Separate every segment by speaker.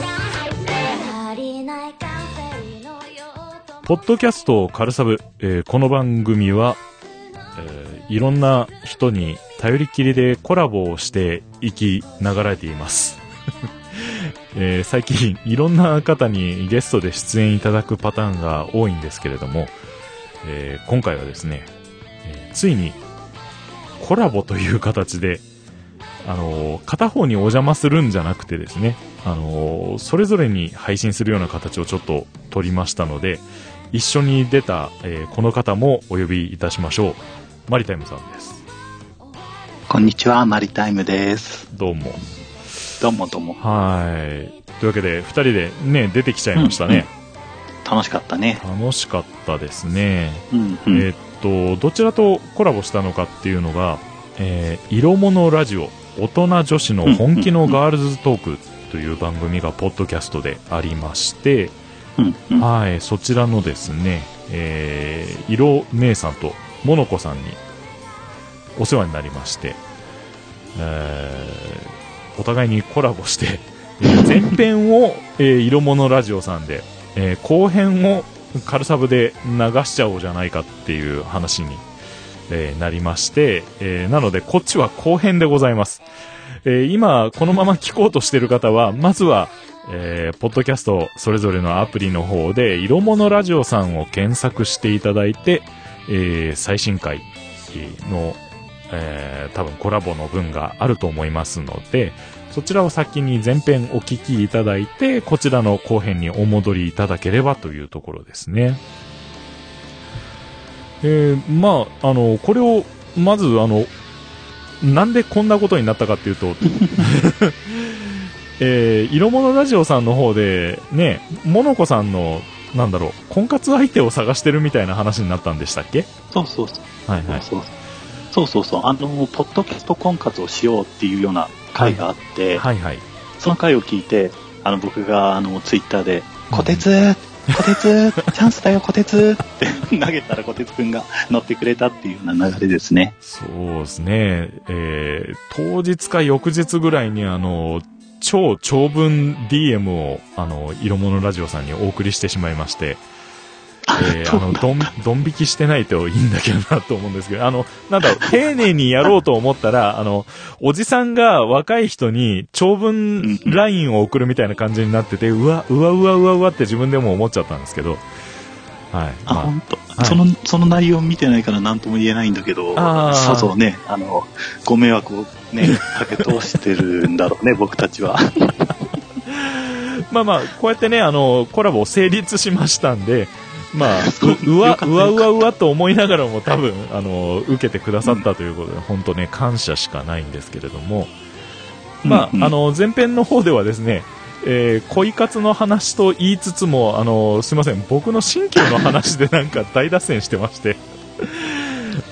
Speaker 1: 足りないカフェインの用途も
Speaker 2: ポッドキャストカルサブ、えーこの番組は、えーいろんな人に頼りきりでコラボをしていきながらています。 えー最近いろんな方にゲストで出演いただくパターンが多いんですけれども、えー今回はですね、えーついにコラボという形で、あのー片方にお邪魔するんじゃなくてですね、あのーそれぞれに配信するような形をちょっと取りましたので、一緒に出た、えーこの方もお呼びいたしましょうマリタイムさんです
Speaker 3: こんにちは、マリタイムです。
Speaker 2: どうも
Speaker 3: どうもどうも。
Speaker 2: はいというわけで2人でね出てきちゃいましたね、
Speaker 3: 楽しかったね。
Speaker 2: 楽しかったですね、
Speaker 3: うん、うん。
Speaker 2: えーっとどちらとコラボしたのかっていうのが「えー色物ラジオ大人女子の本気のガールズトーク」という番組がポッドキャストでありまして、
Speaker 3: うん、うん。
Speaker 2: はい、そちらのですね、えー、色姉さんとモノコさんにお世話になりまして、えーお互いにコラボして、え ー前編を、えー色物ラジオさんで、えー後編をカルサブで流しちゃおうじゃないかっていう話に、えーなりまして、えーなのでこっちは後編でございます。えー今、このまま聞こうとしてる方は、まずは、えーポッドキャストそれぞれのアプリの方で、色物ラジオさんを検索していただいて、えー最新回の、えー多分コラボの分があると思いますので、そちらを先に前編お聞きいただいて、こちらの後編にお戻りいただければというところですね。えーまあ、あの、これを、まず、あの、なんでこんなことになったかっていうと、 えー、色物ラジオさんの方で、ね、モノコさんの、なんだろう、婚活相手を探してるみたいな話になったんでしたっけ
Speaker 3: そうそうそう。
Speaker 2: はい
Speaker 3: そう。そうそうそうそう。あの、ポッドキャスト婚活をしようっていうような会があって、
Speaker 2: はいはい。
Speaker 3: その会を聞いて、あの、僕が、あの、ツイッターで、こてつこてつ チャンスだよ、こてつって投げたらこてつくんが乗ってくれたっていうような流れですね。
Speaker 2: そうですね。えー、当日か翌日ぐらいにあの、超長文 DM を、あの、色物ラジオさんにお送りしてしまいまして、えー、あ
Speaker 3: そうなん
Speaker 2: の、
Speaker 3: だ
Speaker 2: どん、どん引きしてないといいんだけどなと思うんですけど、あの、なんだろう、丁寧にやろうと思ったら、あの、おじさんが若い人に長文ラインを送るみたいな感じになってて、うわ、うわうわうわうわって自分でも思っちゃったんですけど、はい。
Speaker 3: あ、
Speaker 2: まあ
Speaker 3: ほんと、
Speaker 2: い
Speaker 3: その、その内容見てないから何とも言えないんだけど、
Speaker 2: あー
Speaker 3: さぞね、あの、ご迷惑を ね、かけ通してるんだろうね、 僕たちは。
Speaker 2: まあまあ、こうやってね、あの、コラボ成立しましたんで、ま あ、
Speaker 3: そう
Speaker 2: ううわ
Speaker 3: よ、かっ
Speaker 2: う
Speaker 3: た
Speaker 2: わうわうわと思いながらも多分、あの、受けてくださったということで、本当ね、感謝しかないんですけれども、ま
Speaker 3: うん
Speaker 2: あ、あ、の、前編の方ではですね、えー恋活の話と言いつつも、あの、すいません、僕の新旧の話でなんか大脱線してまして、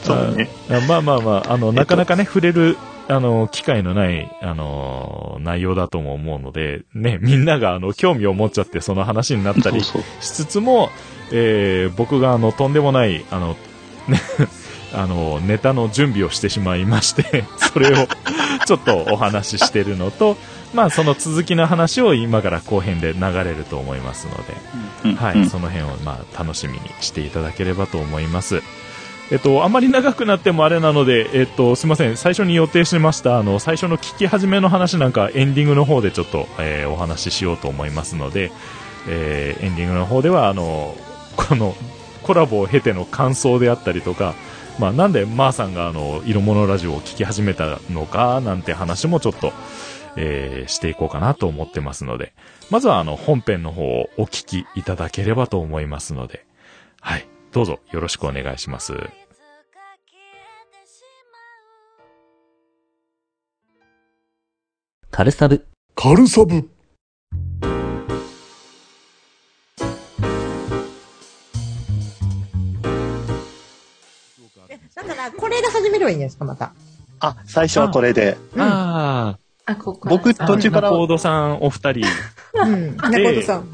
Speaker 3: そうね。
Speaker 2: あまあまあまあ、あの、
Speaker 3: と
Speaker 2: なかなかね、触れる、あの、機会のない、あの、内容だとも思うので、ね、みんなが、あの、興味を持っちゃって、その話になった
Speaker 3: そう
Speaker 2: りし
Speaker 3: そう。
Speaker 2: つつも、えー僕が、あの、とんでもない、あの、ね、あの、ネタの準備をしてしまいまして、 それを、ちょっとお話ししてるのと、まあ、その続きの話を今から後編で流れると思いますので、
Speaker 3: うん
Speaker 2: は
Speaker 3: う
Speaker 2: い、
Speaker 3: ん
Speaker 2: その辺をまあ楽しみにしていただければと思います。えっと、あまり長くなってもあれなので、えっと、すいません、最初に予定してました、あの、最初の聞き始めの話なんかエンディングの方でちょっと、えーお話ししようと思いますので、えーエンディングの方では、あの、この、コラボを経ての感想であったりとか、まあ、なんで、まーさんが、あの、色物ラジオを聞き始めたのか、なんて話もちょっと、えーしていこうかなと思ってますので、まずはあの本編の方をお聞きいただければと思いますので、はい、どうぞよろしくお願いします。
Speaker 1: いつか消えてしまう
Speaker 4: カルサブ。
Speaker 5: カルサブ。
Speaker 6: だから、これで始めればいいんじゃないですか、また。
Speaker 3: あ、最初はこれで。
Speaker 2: あ
Speaker 5: あ、ここ
Speaker 3: 僕
Speaker 5: あ
Speaker 3: 途中から
Speaker 2: コードさんお二人。
Speaker 6: うん。中本さん。そう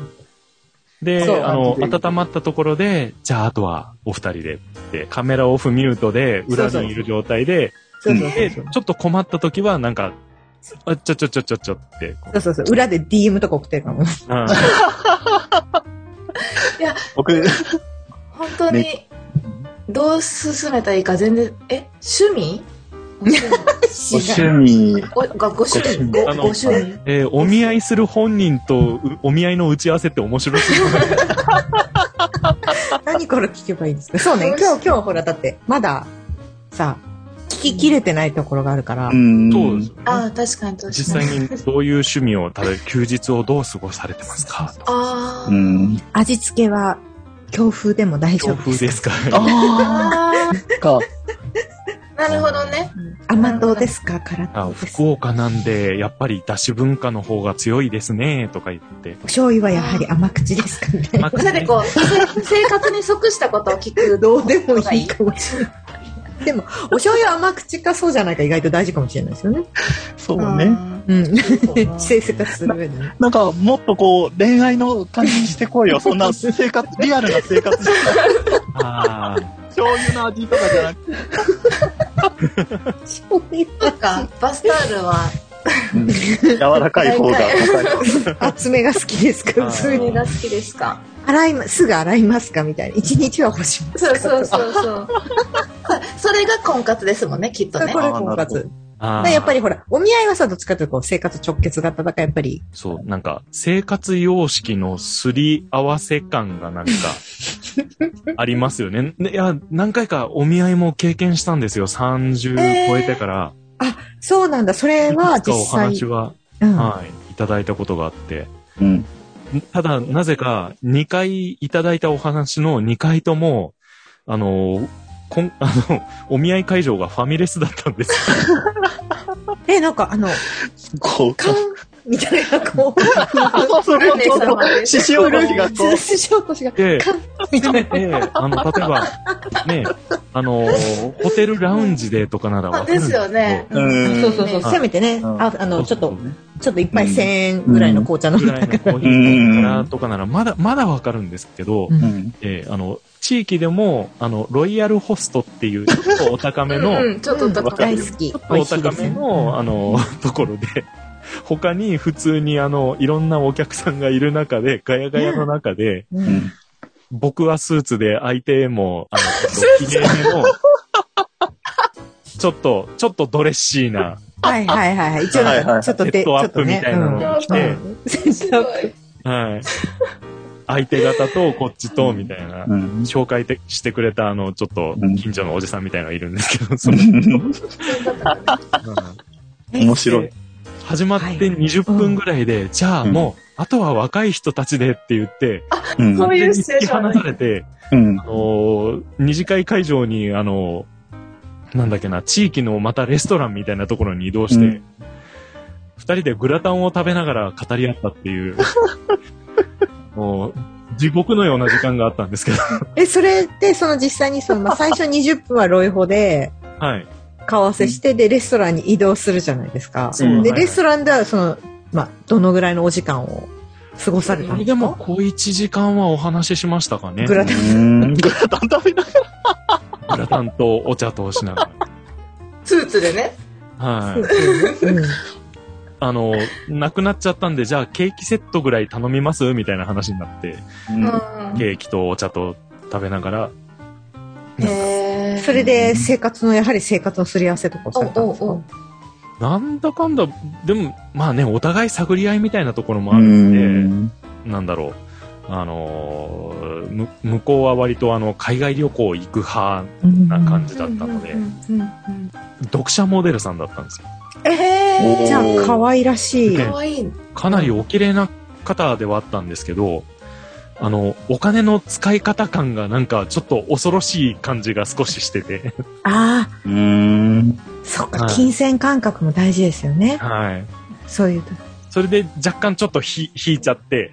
Speaker 2: で、あの、
Speaker 3: 感じで
Speaker 2: 温まったところで、じゃああとはお二人でって、カメラオフミュートで、裏にいる状態で、
Speaker 6: そうそうそう
Speaker 2: で、
Speaker 6: そ
Speaker 2: ち
Speaker 6: う。
Speaker 2: ょっと困った時は、なんか、あちょちょちょちょちょって、こ
Speaker 6: そうそうそう。裏で DM とか送ってるか
Speaker 2: うう
Speaker 6: も。
Speaker 2: ん
Speaker 3: 僕、
Speaker 5: 本当に、どう進めたらいいか全然、え、趣味
Speaker 3: ご趣味、
Speaker 5: おがご趣味
Speaker 3: ご
Speaker 5: ご
Speaker 2: あの
Speaker 5: ご趣味
Speaker 2: えーお見合いする本人とうお見合いの打ち合わせって面白すぎ る。
Speaker 6: 何から聞けばいいんですかそうね。今日、今日ほら、だって、まだ、さ、聞ききれてないところがあるから
Speaker 3: う。ん。
Speaker 2: そうですよね
Speaker 5: ああ、確かに確かに。
Speaker 2: 実際にどういう趣味を、ただ休日をどう過ごされてますか
Speaker 5: ああ、
Speaker 3: うん。
Speaker 6: 味付けは、強風でも大丈
Speaker 2: 強
Speaker 6: 夫で
Speaker 2: 風
Speaker 6: す
Speaker 2: で
Speaker 6: か。
Speaker 2: すか
Speaker 3: あ
Speaker 5: あ
Speaker 3: あ、か。
Speaker 5: あ、なるほどね。
Speaker 6: 甘党ですか辛
Speaker 2: あ
Speaker 6: 党です
Speaker 2: 福
Speaker 6: か
Speaker 2: 岡なんで、やっぱり出汁文化の方が強いですね、とか言って。
Speaker 6: 醤油はやはり甘口ですかね。
Speaker 2: まあ
Speaker 5: なんでこう、せ生活に即したことを聞く。
Speaker 6: ど うでもいいかもしれない。でも、お醤油甘口かそうじゃないか意外と大事かもしれないですよね。
Speaker 3: そうね。
Speaker 6: うん。
Speaker 5: うん。
Speaker 6: 生活する上でね。
Speaker 3: なんか、もっとこう、恋愛の感じにしてこい よ。そんな生活、リアルな生活じゃない
Speaker 2: あー
Speaker 3: 醤油の味とかじゃなくて。
Speaker 6: 醤
Speaker 5: そ
Speaker 6: 油
Speaker 5: うか、バスタールは、
Speaker 3: 柔らかい方が硬い。
Speaker 6: 厚めが好きですか
Speaker 2: あー
Speaker 6: 普通
Speaker 5: 何
Speaker 6: に。
Speaker 5: が好きですか
Speaker 6: 洗いま、すぐ洗いますかみたいな。一日は干します。
Speaker 5: そうそうそうそう。それが婚活ですもんね、きっとね
Speaker 6: こ。れ婚
Speaker 3: あーな
Speaker 2: あ
Speaker 6: 活。だか
Speaker 2: ー。
Speaker 6: らやっぱりほら、お見合いはさ、どっちかというとこう生活直結型だからやっぱり、
Speaker 2: そう、なんか、生活様式のすり合わせ感が なんか、ありますよね。ねいや、何回かお見合いも経験したんですよ。30
Speaker 5: えー
Speaker 2: 超えてから。
Speaker 6: そうなんだ、それ
Speaker 2: いく
Speaker 6: は
Speaker 2: つか
Speaker 6: 実
Speaker 2: お
Speaker 6: 際
Speaker 2: 話。は、
Speaker 6: うん
Speaker 2: はい、いただいたことがあって。
Speaker 3: うん。
Speaker 2: ただ、なぜか、2回いただいたお話の2回とも、あの、こん、 あの、お見合い会場がファミレスだったんですよ。
Speaker 6: え、なんかあの、
Speaker 3: こう、
Speaker 6: カンみたいな、こう、
Speaker 3: そうそうそう
Speaker 5: 姉様で
Speaker 3: 獅子おろしがこう、
Speaker 6: 通しようとしが、
Speaker 2: で、
Speaker 6: みたいな。
Speaker 2: ええあの、例えば、ね、あの、ホテルラウンジでとかならわかるん
Speaker 5: ですよね。
Speaker 3: うんうん
Speaker 6: そうそうそう、
Speaker 2: はい
Speaker 6: せめてね、
Speaker 3: うん
Speaker 6: ああの、ちょっと、ちょっと一杯
Speaker 3: うん
Speaker 6: 1000円ぐらいの紅茶飲ん
Speaker 2: ぐ
Speaker 6: だ
Speaker 2: らいのコーヒーからとかなら、まだ、まだわかるんですけど、
Speaker 6: うん
Speaker 3: うん。
Speaker 2: ええあの、地域でも、あの、ロイヤルホストっていう、ちょっとお高めの、
Speaker 5: う
Speaker 2: ち
Speaker 5: んうん、ちょっと
Speaker 6: うん
Speaker 3: か
Speaker 5: 高
Speaker 3: る
Speaker 6: 大
Speaker 3: よ
Speaker 6: 好き。
Speaker 2: ょっと
Speaker 6: 美
Speaker 2: お
Speaker 6: 味しい
Speaker 2: 高
Speaker 6: です
Speaker 2: め
Speaker 6: よ
Speaker 2: の、あの、ところで、他に普通にあの、いろんなお客さんがいる中で、ガヤガヤの中で、
Speaker 6: うん
Speaker 3: うん
Speaker 2: 僕はスーツで相手も、あの、ひげめの、ちょっと、ちょっとドレッシーな、
Speaker 6: はいはいはいはい。一応
Speaker 3: はいはい
Speaker 6: な
Speaker 3: は
Speaker 6: んか、
Speaker 3: い
Speaker 6: ちょっと
Speaker 2: セ
Speaker 6: で、
Speaker 2: ッ
Speaker 6: ち
Speaker 2: トア
Speaker 6: ょ
Speaker 2: ッ
Speaker 6: っと
Speaker 2: プみ
Speaker 6: ね
Speaker 2: た。いなのが来て、
Speaker 6: うんセットアップ
Speaker 2: はい。相手方とこっちと、みたいな。
Speaker 3: うん。
Speaker 2: 紹介てしてくれた、あの、ちょっと
Speaker 3: うん、
Speaker 2: 近所のおじさんみたいなのがいるんですけど、その、
Speaker 3: 面白い。
Speaker 2: 始まって20分ぐらいで、じゃあもう、あとは若い人たちでって言って、
Speaker 3: うん
Speaker 5: そういうシチュエ
Speaker 2: 突
Speaker 5: ー
Speaker 2: き
Speaker 5: ション
Speaker 2: 放されて、
Speaker 3: うん
Speaker 2: あ。のー、二次会会場に、あのー、なんだっけな、地域のまたレストランみたいなところに移動し
Speaker 3: う
Speaker 2: て
Speaker 3: ん、
Speaker 2: 二人でグラタンを食べながら語り合ったって いう、もう、地獄のような時間があったんですけど、
Speaker 6: え、それで、その実際にその、まあ、最初20分はロイホで、
Speaker 2: はい。
Speaker 6: 顔合わせして、で、レストランに移動するじゃないですか。
Speaker 3: そう
Speaker 6: で、
Speaker 2: はい
Speaker 6: レストランでは、その、まあ、どのぐらいのお時間を過ごされた
Speaker 2: そ
Speaker 6: ん
Speaker 2: れで
Speaker 6: で
Speaker 2: すも、
Speaker 6: か
Speaker 2: 小一時間はお話ししましたかね。グ
Speaker 6: グラタン。
Speaker 3: うんグラタン食べなが
Speaker 2: ラタンとお茶としなが
Speaker 5: スーツでね。
Speaker 2: ら。はい。
Speaker 6: うん
Speaker 2: あの、なくなっちゃったんで、じゃあケーキセットぐらい頼みますみたいな話になって、
Speaker 5: うん
Speaker 3: ら。
Speaker 2: ケーキとお茶と食べながら、
Speaker 5: へー
Speaker 6: それで、生活の、やはり生活のすり合わせとかをされたんです
Speaker 5: おうお
Speaker 6: か
Speaker 5: う
Speaker 2: なんだかんだ、でも、まあね、お互い探り合いみたいなところもあ
Speaker 3: う
Speaker 2: るんで、
Speaker 3: ん。
Speaker 2: なんだろう。あのーむ向こうは割とあの、海外旅行行く派な感じだったので
Speaker 5: う、んうんうん
Speaker 2: 読者モデルさんだったんですよ。
Speaker 5: うんえ
Speaker 6: じゃあ、可愛らしい。
Speaker 5: ー、かわいい。
Speaker 2: かなりお綺麗な方ではあったんですけど、あの、お金の使い方感がなんかちょっと恐ろしい感じが少ししてて、
Speaker 6: ああ、
Speaker 3: うん。
Speaker 6: そっか、
Speaker 2: はい
Speaker 6: 金銭感覚も大事ですよね。
Speaker 2: はい。
Speaker 6: そういうと。
Speaker 2: それで若干ちょっとひ引いちゃって、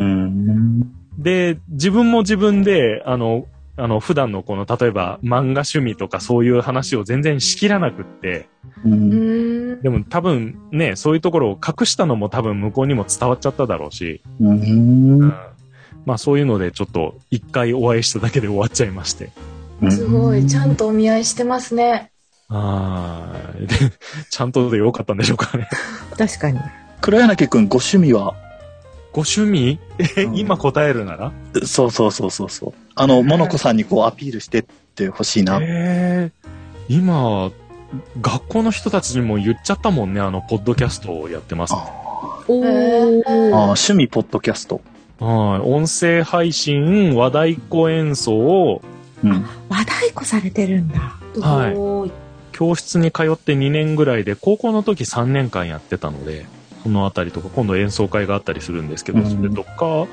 Speaker 3: うん。
Speaker 2: で、自分も自分で、あの、あの、普段のこの、例えば漫画趣味とかそういう話を全然しきらなくって、
Speaker 3: うん
Speaker 5: うーんうん。
Speaker 2: でも多分ね、そういうところを隠したのも多分向こうにも伝わっちゃっただろうし、
Speaker 3: う。
Speaker 2: うんまあそういうのでちょっと一回お会いしただけで終わっちゃいまして。
Speaker 5: すごい、ちゃんとお見合いしてますね。
Speaker 2: あー でちゃんとでよかったんでしょうかね。
Speaker 6: 確かに。
Speaker 3: 黒柳くん、ご趣味は
Speaker 2: ご趣味え
Speaker 3: うん
Speaker 2: 今答えるなら
Speaker 3: そうそうそうそうそう。あの、モノコさんにこうアピールしてってほしいな。
Speaker 2: えー、今、学校の人たちにも言っちゃったもんね、あの、ポッドキャストをやってます。
Speaker 3: あ
Speaker 6: お
Speaker 3: あ
Speaker 5: ー
Speaker 3: ー趣味ポッドキャスト。
Speaker 2: はい。音声配信、和太鼓演奏を、
Speaker 3: うん。
Speaker 6: 和太鼓されてるんだ。
Speaker 5: す
Speaker 2: はい
Speaker 5: ごい。
Speaker 2: 教室に通って2年ぐらいで、高校の時3年間やってたので、そのあたりとか、今度演奏会があったりするんですけど、
Speaker 3: うん
Speaker 2: それとか、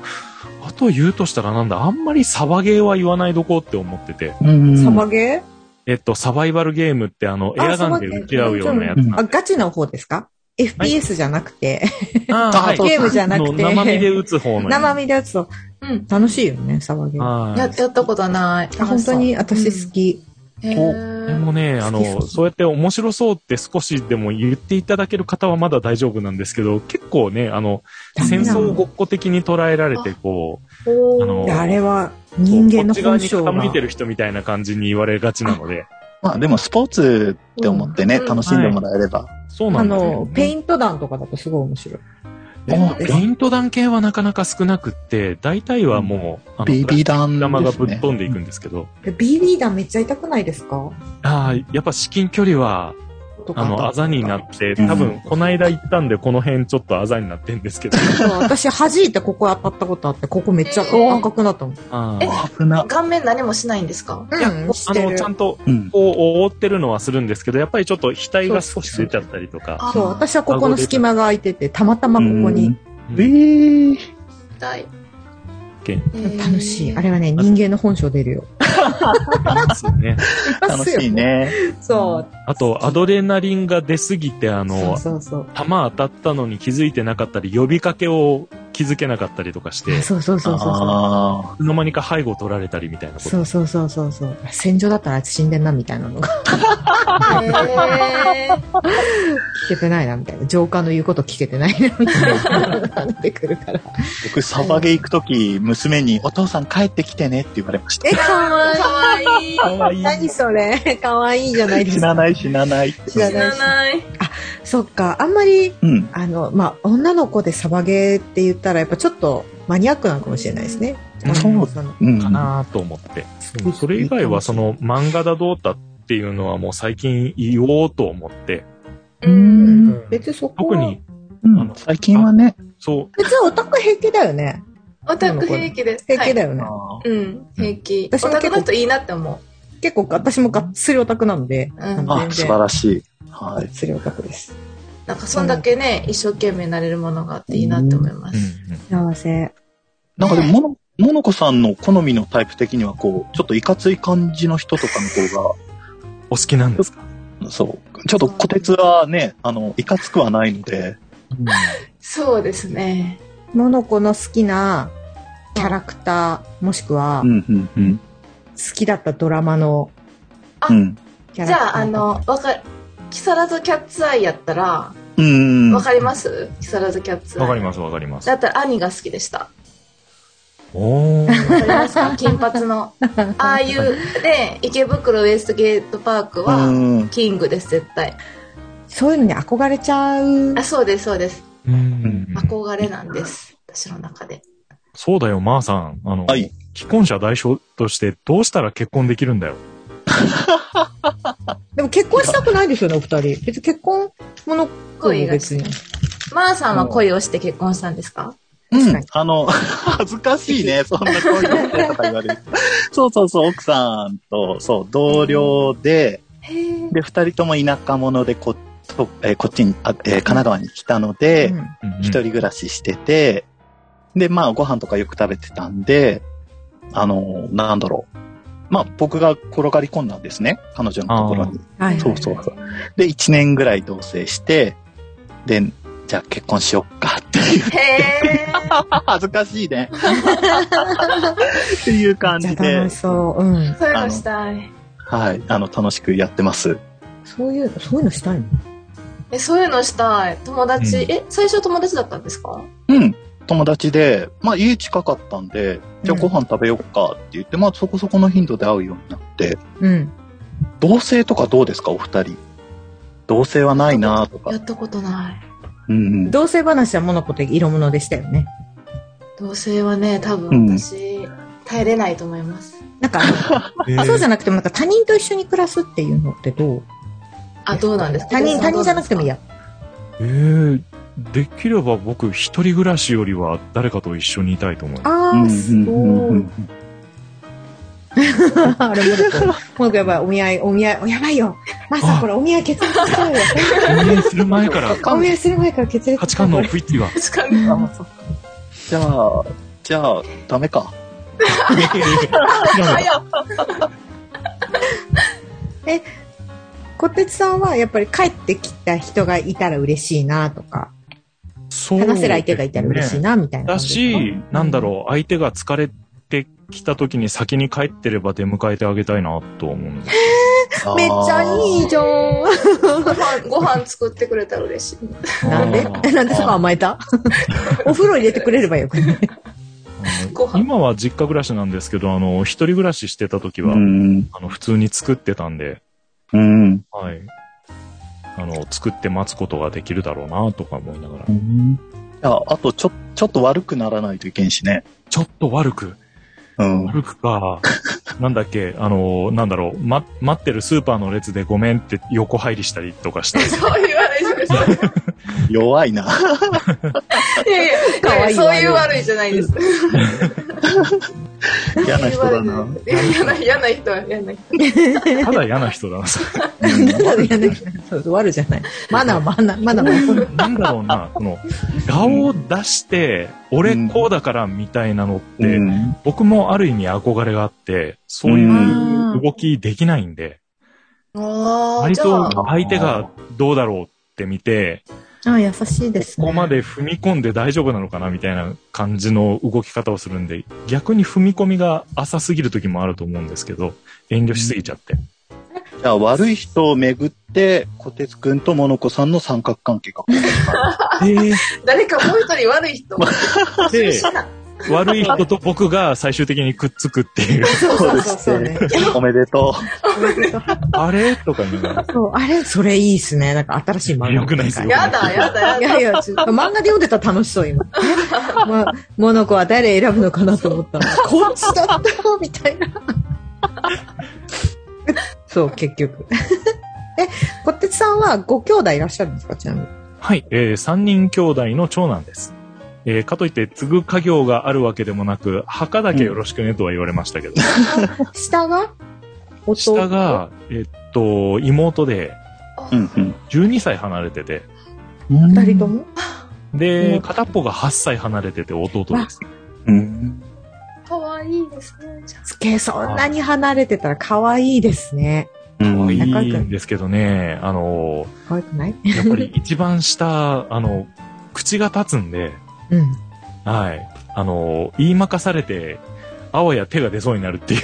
Speaker 2: あと言うとしたらなんだ、あんまりサバゲーは言わないどこうって思ってて、
Speaker 3: うん
Speaker 6: サバゲ
Speaker 2: えっと、サバイバルゲームってあの、エアガンで撃ち合うようなやつ
Speaker 3: サバゲー
Speaker 6: ーあ、ガチの方ですか ?FPS じゃなくて、
Speaker 2: あ
Speaker 3: ーはい
Speaker 6: ゲームじゃな
Speaker 2: の
Speaker 6: くて、
Speaker 2: 生身で撃つ方のやつ
Speaker 6: 生身でやつと
Speaker 5: うん。
Speaker 6: 楽しいよね、サバゲー。あ、
Speaker 2: はい
Speaker 5: ややったことはない。
Speaker 6: 本当に私好き。
Speaker 5: へ
Speaker 2: で
Speaker 5: ー。
Speaker 2: もね、あ
Speaker 6: 好き好
Speaker 2: の、
Speaker 6: き
Speaker 2: そうやって面白そうって少しでも言っていただける方はまだ大丈夫なんですけど、結構ね、あの、
Speaker 6: ダメ
Speaker 2: 戦
Speaker 6: なの
Speaker 2: 争ごっこ的に捉えられて、こ
Speaker 5: おー
Speaker 2: あの
Speaker 6: いやあれは人間の
Speaker 2: こっ
Speaker 6: 本
Speaker 2: ち
Speaker 6: 性
Speaker 2: 側
Speaker 6: が。
Speaker 2: に傾いてる人みたいな感じに言われがちなので、
Speaker 3: まあでもスポーツって思ってね、
Speaker 5: うん
Speaker 3: 楽しんでもらえれば。
Speaker 2: そうな
Speaker 6: あ
Speaker 2: んです
Speaker 6: の
Speaker 2: よ、
Speaker 6: ペイ
Speaker 2: ね。
Speaker 6: ント弾とかだとすごい面白い。
Speaker 2: あ
Speaker 3: あ
Speaker 2: ペイント弾系はなかなか少なくって、大体はもう、あの、
Speaker 3: BB 弾
Speaker 2: 玉
Speaker 3: で
Speaker 2: が
Speaker 3: す
Speaker 2: ぶっ
Speaker 3: ね。
Speaker 2: 飛んでいくんですけど、
Speaker 6: で BB 弾めっちゃ痛くないですか
Speaker 2: ああ、やっぱ至近距離は、
Speaker 6: とか。
Speaker 2: あの、あざになって、多
Speaker 3: うん
Speaker 2: 分、こないだ行ったんで、この辺ちょっとあざになってんですけど、
Speaker 6: そう私弾いてここ当たったことあって、ここめっちゃ赤くなったもん。う
Speaker 2: あ
Speaker 5: え
Speaker 2: ー
Speaker 3: 危な。
Speaker 5: 顔面何もしないんですか
Speaker 2: いや、
Speaker 6: ん、し
Speaker 2: あ
Speaker 6: て
Speaker 2: の、
Speaker 6: る
Speaker 2: ちゃ。んと、
Speaker 3: うん。
Speaker 2: こう、覆ってるのはするんですけど、やっぱりちょっと額が少し出ちゃったりとか。
Speaker 5: あ
Speaker 6: そう、私はここの隙間が空いてて、たまたまここに。
Speaker 3: うん。えー
Speaker 5: 痛い
Speaker 2: けん
Speaker 6: 楽しい。あ
Speaker 5: れ
Speaker 6: れはね、人間の本性出るよ。
Speaker 2: ですね。
Speaker 3: 楽しい。ね。
Speaker 6: そう。
Speaker 2: あと、アドレナリンが出すぎて、あ
Speaker 6: そ
Speaker 2: の
Speaker 6: う、そうそう。
Speaker 2: 弾当たったのに気づいてなかったり、呼びかけを気づけなかったりとかして、
Speaker 6: あ
Speaker 2: い
Speaker 6: そうそうそうそう。
Speaker 3: あ
Speaker 2: つの間にか背後取られたりみたいなこと
Speaker 6: そうそうそうそうそう。戦場だったらあいつ死んでんな、みたいなのが
Speaker 5: へー
Speaker 6: 聞けてないな、みたいな。浄化の言うこと聞けてないな、みたいな。なってくるから。
Speaker 3: ー僕、サバゲ行くとき、娘に、お父さん帰ってきてねって言われました。
Speaker 6: かわ
Speaker 5: かわいい。
Speaker 3: わい
Speaker 6: 何それかわいいじゃないです
Speaker 3: 死
Speaker 6: か。
Speaker 3: なない、死なない。
Speaker 6: 知ら
Speaker 5: 知らない。
Speaker 6: そっか、あんまり、
Speaker 3: うん。
Speaker 6: あの、まあ、女の子でサバゲーって言ったら、やっぱちょっとマニアックなのかもしれないですね。
Speaker 2: うん
Speaker 6: そうその
Speaker 3: うん。
Speaker 2: かなと思って。
Speaker 6: うん
Speaker 2: それ以外は、その、漫画だどうだっていうのはもう最近言おうと思って。
Speaker 6: う
Speaker 5: う
Speaker 6: ん
Speaker 5: ん。
Speaker 6: 別にそこは
Speaker 2: 特に、
Speaker 3: うん最近はね。
Speaker 2: そう、
Speaker 6: 別にオタク平気だよね。
Speaker 5: オタク平気です。
Speaker 6: 平気だ
Speaker 5: よ。
Speaker 6: よね。
Speaker 5: うん、平気。オ
Speaker 6: 私も
Speaker 5: タ
Speaker 6: 結構
Speaker 5: クだといいなって思
Speaker 6: 結構、私もがっつりオタクなんで、
Speaker 5: ん
Speaker 6: あの
Speaker 3: あ、素晴らしい。は
Speaker 6: がっ
Speaker 3: い。
Speaker 6: つりオタクです。
Speaker 5: う。なんか、そんだけね、一生懸命なれるものがあっていいなって思います。
Speaker 6: 幸せ。
Speaker 3: なんかでも、もの、ものこさんの好みのタイプ的には、こう、ちょっといかつい感じの人とかの方が、
Speaker 2: お好きなんですか
Speaker 3: そう。ちょっと小鉄はね、あの、いかつくはないので、
Speaker 5: そうですね。
Speaker 6: モノコの好きなキャラクター、もしくは
Speaker 3: う、んうんうん。
Speaker 6: 好きだったドラマの
Speaker 3: うん。
Speaker 6: キャ
Speaker 5: じ
Speaker 6: ラクター。
Speaker 5: ゃあ、あの、わか、木更津キャッツアイやったら、
Speaker 3: うん。
Speaker 5: わかります木更津キャッツアイ。
Speaker 2: わかります、わかります
Speaker 5: だ。ったら、兄が好きでした。
Speaker 2: おー。
Speaker 5: わかりますか金髪 の。ああいう、で、池袋ウエストゲートパーク
Speaker 3: う
Speaker 5: は、
Speaker 3: ん。
Speaker 5: キングです、絶対。
Speaker 6: そういうのに憧れちゃう
Speaker 5: あ、。そうです、そうです。
Speaker 2: うん
Speaker 5: 憧れなんです。私の中で。
Speaker 2: そうだよ、まー、さん。あの、
Speaker 3: はい
Speaker 2: 既婚者代償としてどうしたら結婚できるんだよ。
Speaker 6: でも結婚したくないですよね、お二人。別に結婚もの子も
Speaker 5: 恋が
Speaker 6: 別に。
Speaker 5: マーさんは恋をして結婚したんですか
Speaker 3: う
Speaker 6: 確か
Speaker 3: ん
Speaker 6: に。
Speaker 3: あの、 恥ずかしい ね、そんな恋のこととか言われる。そうそうそう、奥さんと、そう、同僚で、
Speaker 5: へー
Speaker 3: で、二人とも田舎者でこ、とえーこっちに、あえー神奈川に来たので、
Speaker 6: うん
Speaker 3: 一人暮らししてて、で、まあ、ご飯とかよく食べてたんで、あの、なんだろう。まあ、僕が転がり込んだんですね、彼女のところに。
Speaker 6: はい。
Speaker 3: そうそうそう。で、一年ぐらい同棲して、で、じゃあ結婚しよっかっていう、
Speaker 5: へ ー
Speaker 3: 恥ずかしい ね。っていう感
Speaker 6: じゃ
Speaker 3: じ
Speaker 6: あ楽
Speaker 3: で
Speaker 6: し、そう。うん。
Speaker 5: そういうのしたい。
Speaker 3: はい、あの、楽しくやってます。
Speaker 6: そういう、そういうのしたいの
Speaker 5: え、そういうのしたい。友達、
Speaker 2: うん
Speaker 5: え、最初友達だったんですか
Speaker 3: うん。友達で、まあ家近かったんで、じゃあ
Speaker 6: う
Speaker 3: ご
Speaker 6: ん
Speaker 3: 飯食べよっかって言って、まあそこそこの頻度で会うようになって、
Speaker 6: うん。
Speaker 3: 同性とかどうですか、お二人。同性はないなとか
Speaker 5: や。ったことない。
Speaker 3: うんうん。
Speaker 6: 同性話はモノコと色物でしたよね。
Speaker 5: 同性はね、多
Speaker 3: うん
Speaker 5: 分私、耐えれないと思います。
Speaker 6: なんか、 そうじゃなくてもなんか他人と一緒に暮らすっていうのってどう
Speaker 5: あ、どうなんですか
Speaker 6: 他人、他人じゃなくてもい い。や。
Speaker 2: えーできれば僕一人暮らしよりは誰かと一緒にいたいと思います
Speaker 6: あ
Speaker 3: うん
Speaker 6: ー、
Speaker 3: う
Speaker 6: す
Speaker 3: んうんう
Speaker 6: ごい
Speaker 3: ん。
Speaker 6: あれ、モノコ。モノコやばい、お見合い、お見合い、やばいよ。マサ、これお見合い決裂しちゃうよ。
Speaker 2: 運営する前から
Speaker 6: お見合いする前から決裂
Speaker 2: 価値観の不一致が
Speaker 5: 確か
Speaker 6: う
Speaker 5: に。
Speaker 6: んあもうそう
Speaker 3: じゃあ、じゃあ、ダメか。
Speaker 5: あ、やっぱ
Speaker 6: こてつさんはやっぱり帰ってきた人がいたら嬉しいなとか、
Speaker 2: そう
Speaker 6: 話せる相手がいたら嬉しいなみたいな
Speaker 2: だ
Speaker 6: 感じですか。
Speaker 2: し、なんだろう、相手が疲れてきた時に先に帰ってれば出迎えてあげたいなと思うん です。
Speaker 6: めっちゃいいじゃん。
Speaker 5: ご飯、ご飯作ってくれたら嬉しい。
Speaker 3: あー
Speaker 6: なんで
Speaker 2: あー
Speaker 6: えなんでそこ甘え たお風呂入れてくれればよくない。
Speaker 2: あの
Speaker 5: ご飯
Speaker 2: 今は実家暮らしなんですけど、あの、一人暮らししてた時
Speaker 3: う
Speaker 2: は、
Speaker 3: ん。
Speaker 2: あの、普通に作ってたんで、
Speaker 3: うん。
Speaker 2: はい。あの、作って待つことができるだろうなとか思いながら
Speaker 3: う。んああと、ちょ、ちょっと悪くならないといけんしね。
Speaker 2: ちょっと悪く、
Speaker 3: うん。
Speaker 2: 悪くか、 なんだっけ、あの、なんだろう、ま、待ってるスーパーの列でごめんって横入りしたりとか したり。
Speaker 5: そう言わないでください。
Speaker 3: 弱いな。
Speaker 5: いやいや
Speaker 6: かわいい
Speaker 5: そういう悪いじゃないです。
Speaker 3: 嫌な人だな。うん
Speaker 5: いや嫌な、嫌な人は嫌な人。
Speaker 2: ただ嫌な人だな、それ
Speaker 6: そうそう悪じゃない。マナー、マナー、マナー。
Speaker 2: なんだろうな、この、顔を出して、俺こうだからみたいなのって、
Speaker 3: うん
Speaker 2: 僕もある意味憧れがあって、そういう動きできないんで、
Speaker 5: ああ、
Speaker 2: 割
Speaker 5: じゃあ、
Speaker 2: と相手がどうだろうって見て、
Speaker 6: ああ、優しいです、
Speaker 2: こ
Speaker 6: ね。
Speaker 2: こまで踏み込んで大丈夫なのかなみたいな感じの動き方をするんで、逆に踏み込みが浅すぎる時もあると思うんですけど、遠慮しすぎちゃって。
Speaker 3: じゃあ、悪い人をめぐって、小鉄くんとモノコさんの三角関係が。
Speaker 2: で、
Speaker 5: 誰かもう一人悪い人。
Speaker 2: で悪い人と僕が最終的にくっつくっていう、
Speaker 6: そうそうそうそう、ね。
Speaker 3: おめでと
Speaker 2: あれとかになる。
Speaker 6: そう、あれそれいいですね。なんか新しい漫画。
Speaker 2: よくないですよ
Speaker 5: やだ、やだ、や
Speaker 6: い
Speaker 5: だ。
Speaker 6: やいや、ちょっと漫画で読んでたら楽しそう、今。 ま、モノコは誰選ぶのかなと思ったら、 こっちだったみたいな。 そう、結局。 え、こってつさんはご兄弟いらっしゃるんですかちなみに。
Speaker 2: はい、えー、三人兄弟の長男です。えー、かといって継ぐ家業があるわけでもなく、墓だけよろしくねとは言われましたけど、
Speaker 6: 下が弟
Speaker 2: 下。が、えっと、妹で
Speaker 3: う。うんうん。
Speaker 2: 12歳離れてて、
Speaker 6: 二人とも
Speaker 2: で、
Speaker 6: 妹
Speaker 2: 片っぽが8歳離れてて弟です。
Speaker 3: うん。
Speaker 5: かわいいですね。じゃ
Speaker 6: つけ、そんなに離れてたら可愛いですね。
Speaker 3: う
Speaker 2: 可
Speaker 3: ん
Speaker 2: 愛い
Speaker 6: 仲良く
Speaker 2: んですけどね、あの、
Speaker 6: 可愛くない
Speaker 2: やっぱ り一番下、あの、口が立つんで、
Speaker 6: うん。
Speaker 2: はい、あの、言いまかされて、あわや手が出そうになるっていう。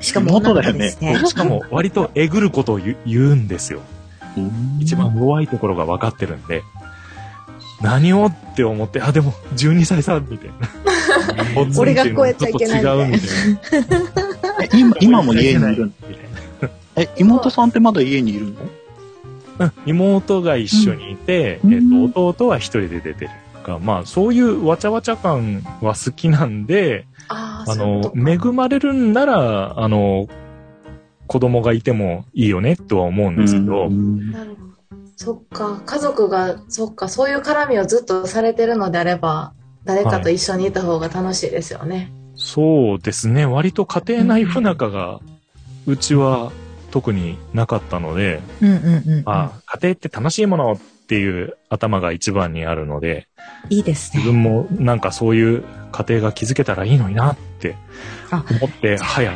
Speaker 6: しかも女の子です、ね、
Speaker 2: しかも、割とえぐることを言う言うんですよ。一番弱いところが分かってるんで、何をって思って、あ、でも、12歳さ、みたい な。
Speaker 6: 俺が超えちゃいけない
Speaker 2: ちょっと違うみたいな。
Speaker 3: え今今も家にいるの
Speaker 2: みたいな
Speaker 3: え、妹さんってまだ家にいるの
Speaker 2: うん妹が一緒にいて、
Speaker 6: うん
Speaker 2: えっ、と、弟は一人で出てるか。まあ、そういうわちゃわちゃ感は好きなんで、
Speaker 5: ああ、
Speaker 2: あ
Speaker 5: そういうこ
Speaker 2: の
Speaker 5: と、
Speaker 2: 恵まれるんなら、あの、子供がいてもいいよね、とは思うんですけど、
Speaker 3: うん
Speaker 5: なるほどそっか、家族が、そっか、そういう絡みをずっとされてるのであれば、誰かと一緒にいた方が楽しいですよね。
Speaker 2: そうですね。割と家庭内不仲が、うちは特になかったので、
Speaker 6: うんうんうん。
Speaker 2: まあ、家庭って楽しいものっていう頭が一番にあるので、
Speaker 6: いいですね
Speaker 2: 自。分もなんかそういう家庭が築けたらいいのになって
Speaker 6: あ
Speaker 2: 思って、早、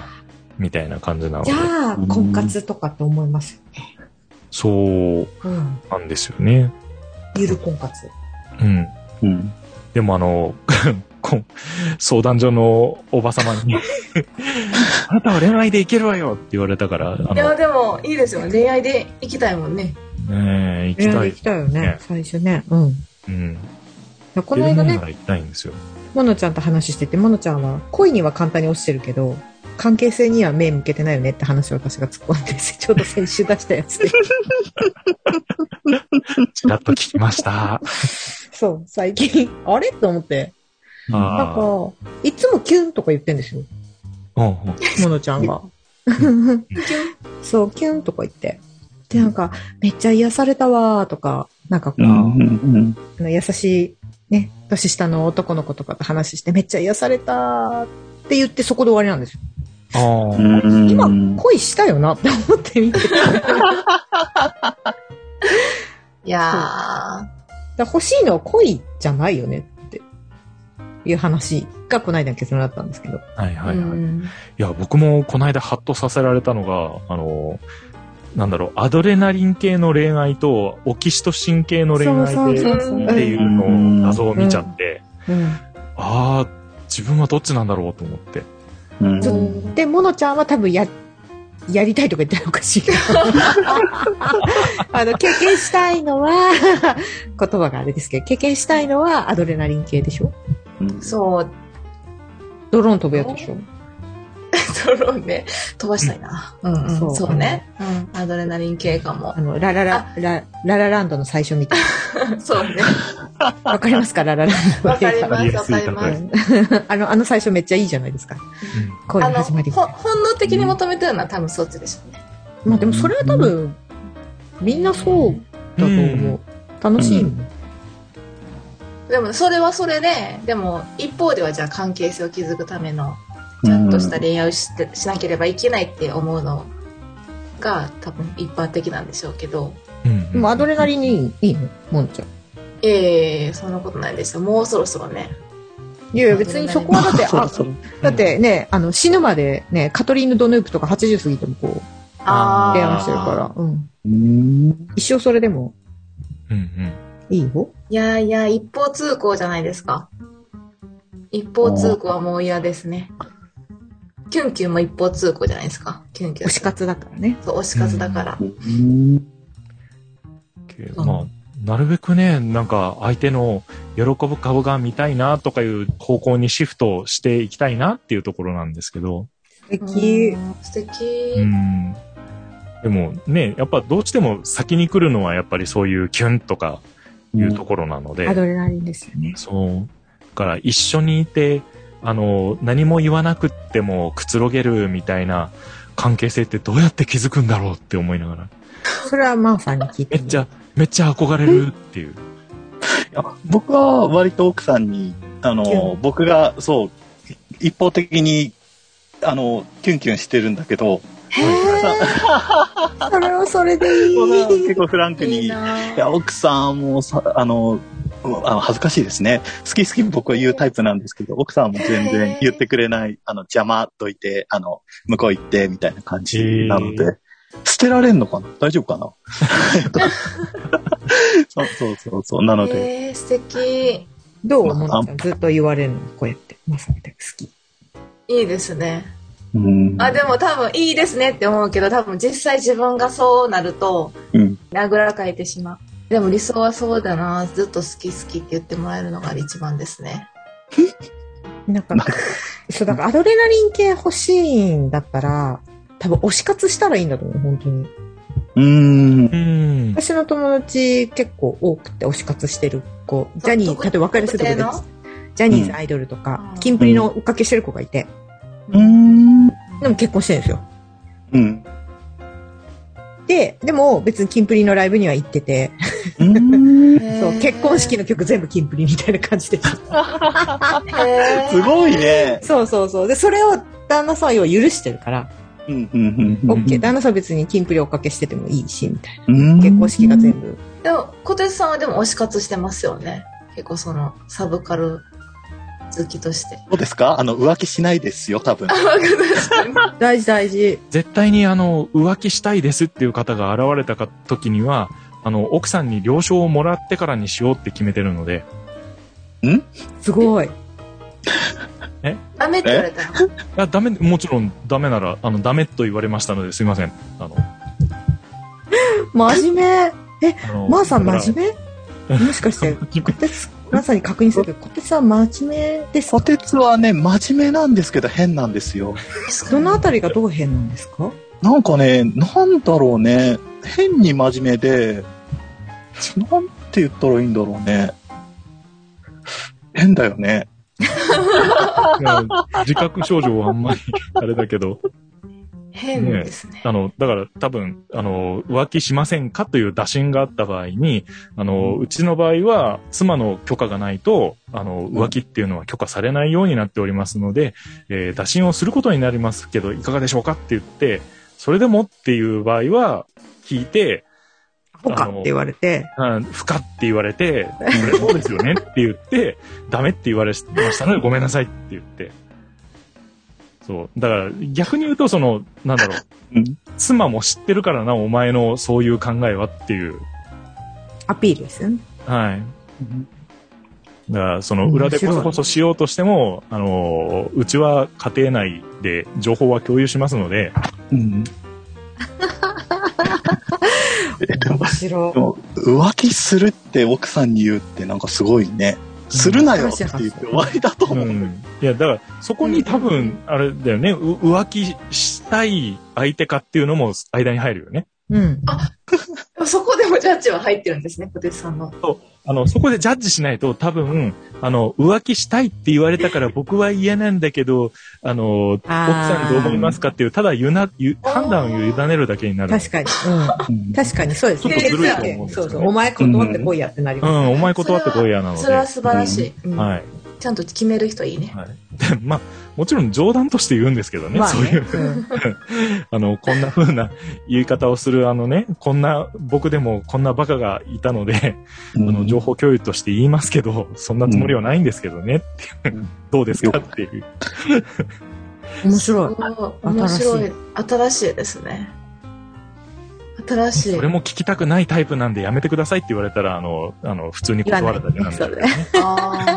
Speaker 2: みたいな感じなの
Speaker 6: じ
Speaker 2: で、
Speaker 6: ゃあ、婚活とかって思いますよね。
Speaker 2: そう
Speaker 6: うん。
Speaker 2: なんですよね。
Speaker 6: ゆる婚活。
Speaker 2: うん。
Speaker 3: うん
Speaker 2: でもあの、 こん相談所のおば様 に、あなたは恋愛でいけるわよって言われたから、あ
Speaker 5: いや、
Speaker 2: の、
Speaker 5: でも、いいですよね。恋愛で行きたいもんね。
Speaker 2: ねえ行
Speaker 6: い
Speaker 2: き
Speaker 6: や
Speaker 2: たい
Speaker 6: 行き。たいよね
Speaker 2: ね、
Speaker 6: 最初ね。うん。
Speaker 2: うん。
Speaker 6: この間
Speaker 2: ベル
Speaker 6: ね
Speaker 2: モン、ナ行きたいんですよ。
Speaker 6: モノちゃんと話してて、モノちゃんは恋には簡単に落ちてるけど、関係性には目向けてないよねって話を私が突っ込んで、 ちょうど先週出したや つで。
Speaker 2: ちらっと聞きま した。
Speaker 6: そう、最近、あれと思って。
Speaker 2: あ
Speaker 6: なんか、いつもキュンとか言ってんですよ、
Speaker 2: うんうん
Speaker 6: モノちゃんが。 そう、キュンとか言って。で、なんか、めっちゃ癒されたわーとか、なんかこう、
Speaker 3: うんうんうん
Speaker 6: あの優しい、ね、年下の男の子とかと話して、めっちゃ癒されたーって言って、そこで終わりなんですよ。
Speaker 2: あ
Speaker 3: う
Speaker 2: ー
Speaker 3: ん
Speaker 6: 今、恋したよなって思って 見てた。だか
Speaker 5: いやー。
Speaker 6: ら欲しいのは恋じゃないよねっていう話がこの間の結論だったんですけど。
Speaker 2: はいはいはい。
Speaker 5: う
Speaker 2: い
Speaker 5: ん
Speaker 2: や、僕もこの間ハッとさせられたのが、あの、なんだろう、アドレナリン系の恋愛と、オキシトシン系の恋愛
Speaker 6: そう
Speaker 2: で、
Speaker 6: そ
Speaker 2: っ
Speaker 6: うそう
Speaker 2: ていうのを、謎を見ちゃって、
Speaker 6: うん。
Speaker 2: ああ、自分はどっちなんだろうと思って。
Speaker 3: うん
Speaker 6: そうで、モノちゃんは多分や、やりたいとか言ったらおかしい けど。あの、経験したいのは、言葉があれですけど、経験したいのはアドレナリン系でしょ
Speaker 3: うん
Speaker 5: そう、
Speaker 6: ドローン飛ぶやつでしょ
Speaker 5: ドローンで飛ばしたいな。うんうん、
Speaker 6: そ
Speaker 5: そううね、うん。アドレナリン系かも
Speaker 6: あ。の、ラララ、ラ、ララランドの最初みたい
Speaker 5: そうね。
Speaker 6: な。わかりますかララランドの
Speaker 5: わ
Speaker 6: 映
Speaker 5: かり
Speaker 6: 画
Speaker 5: ま
Speaker 2: あり
Speaker 5: す、
Speaker 2: や
Speaker 5: わ
Speaker 2: すい
Speaker 5: かります。
Speaker 6: うん あの、あの最初めっちゃいいじゃないですか。恋
Speaker 5: あ
Speaker 6: の
Speaker 5: の、
Speaker 6: 始まりみた
Speaker 5: ほ
Speaker 6: いな。
Speaker 5: 本能的に求めてるのは多分そっちでしょうね。
Speaker 6: まあでもそれは多分、みんなそうだと思う。楽しいもん。
Speaker 5: でも、それはそれで、でも、一方ではじゃあ関係性を築くための、ちゃんとした恋愛をしてしなければいけないって思うのが、多分一般的なんでしょうけど、
Speaker 2: うん
Speaker 6: でもアドレナリンにいいのもんちゃん。
Speaker 5: ええそんなことないですよ。もうそろそろね。
Speaker 6: いやいや別にそこはだって、
Speaker 3: そ
Speaker 6: あ
Speaker 3: ろそろ
Speaker 6: だってね、あの、死ぬまでね、カトリーヌ・ドヌープとか80過ぎてもこう、
Speaker 5: ああ。
Speaker 6: 提案してるから、うん。
Speaker 3: うん
Speaker 6: 一生それでも
Speaker 2: うんうん
Speaker 6: いいよ。
Speaker 5: いやいや、一方通行じゃないですか。一方通行はもう嫌ですね。キュンキュンも一方通行じゃないですか。キュンキュン。
Speaker 6: 推し活だからね。
Speaker 5: そう、推し活だから。
Speaker 3: うん
Speaker 2: け
Speaker 5: うん
Speaker 2: まあ、なるべくね、なんか相手の喜ぶ顔が見たいなとかいう方向にシフトしていきたいなっていうところなんですけど、
Speaker 6: 素
Speaker 5: うん
Speaker 6: 敵。
Speaker 5: 素敵。
Speaker 2: うん。でもね、やっぱどうしても先に来るのはやっぱりそういうキュンとかいうところなので、
Speaker 6: アドレナリンですよね。
Speaker 2: そう。だから一緒にいて、あの、何も言わなくってもくつろげるみたいな関係性ってどうやって築くんだろうって思いながら、
Speaker 6: それはマンさんに聞いて
Speaker 2: め
Speaker 6: み
Speaker 2: っ
Speaker 6: る
Speaker 2: ちゃ、めっちゃ憧れるっていう。
Speaker 3: いや僕は割と奥さんに、あ
Speaker 6: キュ
Speaker 3: の、僕が、そう、一方的に、あの、キュンキュンしてるんだけど、
Speaker 6: へーそれは それでいい。
Speaker 3: 結構フランクに、
Speaker 5: い
Speaker 3: い
Speaker 5: いな
Speaker 3: や、奥さんもさ、あの、うんあの恥ずかしいですね。好き好き僕は言うタイプなんですけど、奥さんも全然言ってくれない、あの、邪魔どいて、あの、向こう行って、みたいな感じなの
Speaker 2: へ
Speaker 3: で、捨てられんのかな大丈夫か なそうそうそうそう、なので、
Speaker 5: えー、素敵。
Speaker 6: どう
Speaker 3: まあ
Speaker 6: モノちゃんずっと言われるのこうやって。マンさんみたいに好き。
Speaker 5: いいですね。
Speaker 3: うん
Speaker 5: あ、でも多分いいですねって思うけど、多分実際自分がそうなると、
Speaker 3: うん
Speaker 5: あぐらかいてしまう。でも理想はそうだな。ずっと好き好きって言ってもらえるのが一番ですね。
Speaker 6: なんか、そう、だからアドレナリン系欲しいんだったら、多分推し活したらいいんだと思う、本当に。
Speaker 3: うん。
Speaker 2: うん。
Speaker 6: 私の友達結構多くて推し活してる子、ジャニ
Speaker 5: ど
Speaker 6: ー、
Speaker 5: こ
Speaker 6: 例えば分かりやすいとこで
Speaker 5: 特定の、
Speaker 6: ジャニーズアイドルとか
Speaker 5: う、ん
Speaker 6: キンプリの追っかけしてる子がいて、
Speaker 3: うん。
Speaker 6: でも結婚してるんですよ。
Speaker 3: うん。
Speaker 6: で、でも別にキンプリのライブには行ってて、
Speaker 3: す
Speaker 5: へー
Speaker 6: そう、結婚式の曲全部キンプリみたいな感 じでした。
Speaker 5: へー
Speaker 3: ごいね。
Speaker 6: そうそうそう。で、それを旦那さんは要は許してるから、
Speaker 3: うんうんうん
Speaker 6: OK。旦那さんは別にキンプリ追っかけしててもいいし、みたいな。
Speaker 3: うん
Speaker 6: 結婚式が全部。
Speaker 5: でも、小手さんはでも推し活してますよね。結構その、サブカル好きとして。
Speaker 3: どうですかあの、浮気しないですよ、多分。
Speaker 6: 大事大事。
Speaker 2: 絶対にあの浮気したいですっていう方が現れたか時にはあの奥さんに了承をもらってからにしようって決めてるので
Speaker 6: すごい。
Speaker 5: ダメって言われたら。
Speaker 2: あダメもちろんダメならあのダメと言われましたのですいませんあの
Speaker 6: 真面目。
Speaker 2: あの
Speaker 6: まーさん
Speaker 2: だから
Speaker 6: 真面目もし かして、こてつ、まさに確認するけど、こてつさん真面目です
Speaker 3: こ。てつはね、真面目なんですけど変なんですよ。
Speaker 6: どのあたりがどう変なんですか
Speaker 3: なんかね、なんだろうね。変に真面目で、なんて言ったらいいんだろうね。変だよね。
Speaker 2: いや 自覚症状はあんまり あれだけど、
Speaker 5: 変ですね。
Speaker 2: あの、だから多分、あの、浮気しませんかという打診があった場合に、あの、うちの場合は、妻の許可がないと、あの、浮気っていうのは許可されないようになっておりますので、えー打診をすることになりますけど、いかがでしょうかって言って、それでもっていう場合は、聞いて、
Speaker 6: ほかって言われて、
Speaker 2: うん不可って言われて、それそうですよねって言って、ダメって言われましたので、ごめんなさいって言って。そう。だから、逆に言うと、その、なんだろう
Speaker 3: うん。
Speaker 2: 妻も知ってるからな、お前のそういう考えはっていう。
Speaker 6: アピールですよね。
Speaker 2: はい。だから、その、裏でこそこそしようとしても、あの、うちは家庭内で情報は共有しますので、
Speaker 3: うん。えでも
Speaker 6: 面白
Speaker 3: でも浮気するって奥さんに言うってなんかすごいね。するなよって言って終わりだと思う。
Speaker 2: うん、いやだからそこに多分あれだよね、う浮気したい相手かっていうのも間に入るよね
Speaker 6: い。うん。
Speaker 5: そこでもジャッジは入ってるんですね、小手さんの。
Speaker 2: あのそこでジャッジしないと多分あの浮気したいって言われたから僕は嫌なんだけどあの奥
Speaker 6: あ
Speaker 2: さ
Speaker 6: ー
Speaker 2: んどう思いますかっていうただゆなゆ判断を委ねるだけになる
Speaker 6: 確かに。うん。確かに、そうです
Speaker 2: ちょっとずるいと思うんですよ
Speaker 6: そう
Speaker 2: ね
Speaker 6: そう。お前断ってこいやってなり
Speaker 2: う
Speaker 6: ます。
Speaker 2: んお前断ってこいやなので
Speaker 5: それは素晴らしい。
Speaker 6: うん
Speaker 2: はい
Speaker 5: ちゃんと決める人いいね。
Speaker 2: はい でまあもちろん冗談として言うんですけどね,、
Speaker 6: まあ
Speaker 2: そう
Speaker 6: ね
Speaker 2: いう
Speaker 6: うん
Speaker 2: あのこんな風な言い方をするあのねこんな僕でもこんなバカがいたのであの、情報共有として言いますけど、そんなつもりはないんですけどね、っていう
Speaker 3: うん
Speaker 2: どうですかっていう。
Speaker 6: 面白い。
Speaker 5: お面白い。新しいですね。新しい。
Speaker 2: それも聞きたくないタイプなんでやめてくださいって言われたら、あの、あの、普通に断るだけなんだけどね。
Speaker 5: あ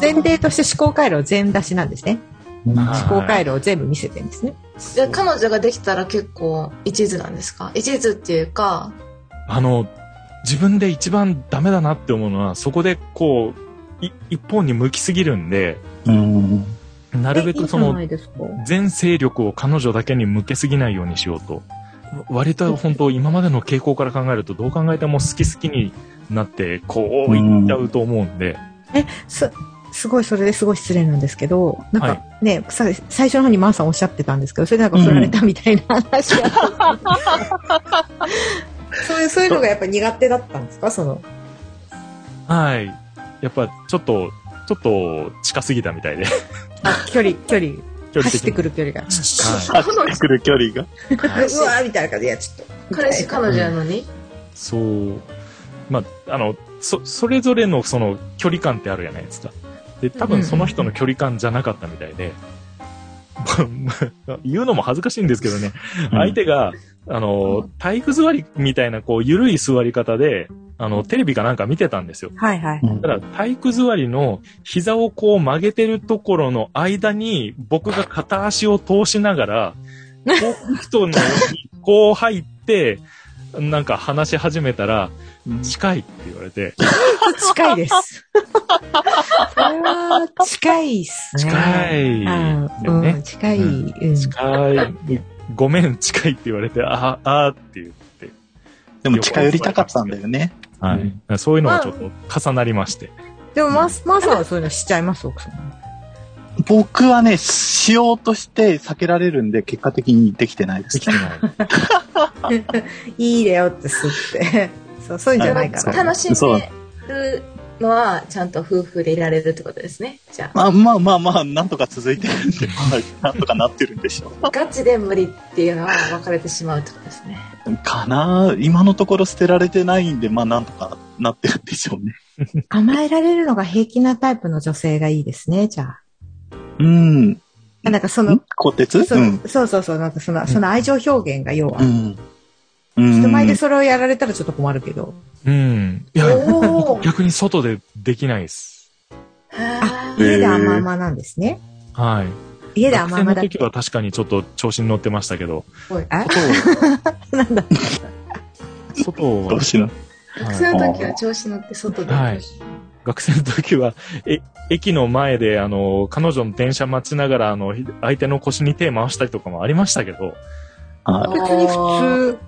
Speaker 6: 前提として思考回路を全出しなんですね。
Speaker 2: はい
Speaker 6: 思考回路を全部見せてるんですね。
Speaker 5: じゃあ彼女ができたら結構一途なんですか一途っていうか、
Speaker 2: あの、自分で一番ダメだなって思うのは、そこでこう、い一本に向きすぎるんで、
Speaker 3: うん。
Speaker 2: なるべくそ
Speaker 6: えいいじゃ
Speaker 2: の
Speaker 6: ないですか
Speaker 2: 全勢力を彼女だけに向けすぎないようにしようと。割と本当今までの傾向から考えるとどう考えても好き好きになってこういっちゃうと思うんで。
Speaker 6: す、すごい、それですごい失礼なんですけど、なん
Speaker 2: は
Speaker 6: かね、さ最初の方にマーさんおっしゃってたんですけど、それでなんか振られたみたいな話が、 そういう、そういうのがやっぱ苦手だったんですかその。
Speaker 2: はい。やっぱちょっと、ちょっと近すぎたみたいで。
Speaker 6: あ、距離、距離、
Speaker 2: 距離
Speaker 6: 走
Speaker 2: 的
Speaker 6: って
Speaker 2: に。
Speaker 6: くる距離が。
Speaker 2: はい。
Speaker 5: 彼女
Speaker 3: 来る距離が。
Speaker 6: うわーみたいな感じで、いや、ちょっと。
Speaker 5: 彼氏
Speaker 6: か。
Speaker 5: 彼女なのに、
Speaker 2: そう。まあ、あの、そ、それぞれのその距離感ってあるじゃないですか。で、多分その人の距離感じゃなかったみたいで。言うのも恥ずかしいんですけどね。相手が、あの、体育座りみたいな、こう、ゆるい座り方で、あの、テレビかなんか見てたんですよ。
Speaker 6: はいはい。
Speaker 2: ただ、体育座りの膝をこう曲げてるところの間に、僕が片足を通しながら、こう、布団のようにこう入って、なんか話し始めたら、近いって言われて、
Speaker 6: 近いです。それは、近いっすね。
Speaker 2: 近い
Speaker 6: あー
Speaker 2: よね
Speaker 6: うん、近い。
Speaker 2: う
Speaker 6: うん。
Speaker 2: 近い、でごめん、近いって言われて、ああ、あーっていう。
Speaker 3: でも近寄りたかったんだよね。
Speaker 2: はい。そういうのがちょっと重なりまして。
Speaker 6: でも、マーマーさんはそういうのしちゃいます、奥さん。
Speaker 3: 僕はね、しようとして避けられるんで、結果的にできてないです
Speaker 2: でき。てない。
Speaker 6: いいだよってすって。そう、そういうんじゃないから。
Speaker 5: 楽しん
Speaker 3: そう
Speaker 5: でるのはちゃんと夫婦でいられるってことですね。じゃ
Speaker 3: まあまあまあまあ、なんとか続いてるんで、まあなんとかなってるんでしょ
Speaker 5: あ、ガチで無理っていうのは別れてしまうってことですね。
Speaker 3: う。かな今のところ捨てられてないんで、まあなんとかなってるんでしょうね。
Speaker 6: 甘えられるのが平気なタイプの女性がいいですね、じゃあ。
Speaker 3: うん。ん
Speaker 6: あなんかその、
Speaker 3: 小鉄
Speaker 6: そう
Speaker 3: うん。
Speaker 6: そうそうそう、なんかその、その愛情表現が要は
Speaker 3: う、ん。うん
Speaker 6: 人前でそれをやられたらちょっと困るけど。
Speaker 2: うん。いや、
Speaker 5: おお。
Speaker 2: 逆に外でできないです。
Speaker 5: あ
Speaker 3: えー
Speaker 6: 家で甘々なんですね。
Speaker 2: はい。
Speaker 6: 家で
Speaker 2: 学
Speaker 6: 甘
Speaker 2: 生
Speaker 6: 々
Speaker 2: の
Speaker 6: だ
Speaker 2: 時は確かにちょっと調子に乗ってましたけど、
Speaker 6: あ
Speaker 2: 外を
Speaker 6: なんだ。
Speaker 2: 外
Speaker 3: ど
Speaker 2: は
Speaker 3: う、しな。
Speaker 5: 学生の時は調子乗って外で。
Speaker 2: はい学生の時は、え、駅の前で、あの、彼女の電車待ちながら、あの、ひ相手の腰に手回したりとかもありましたけど、
Speaker 3: あ
Speaker 6: 別に普通。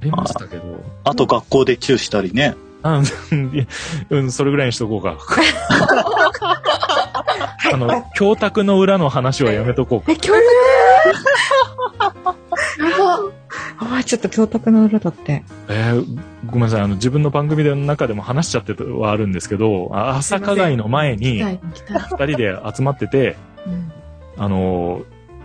Speaker 2: ありましたけど、
Speaker 3: あと学校でチューしたりね。
Speaker 2: あ、うんいや うん、それぐらいにしとこうか。 あの、教託の裏の話はやめとこうか。
Speaker 6: え、教ああ、ちょっと教託の裏だって。
Speaker 2: えーごめんなさい、あの、自分の番組の中でも話しちゃってはあるんですけど、あ朝課外の前に、
Speaker 5: は
Speaker 2: 二
Speaker 5: い、来た。
Speaker 2: 人で集まってて、
Speaker 5: うん
Speaker 2: あの、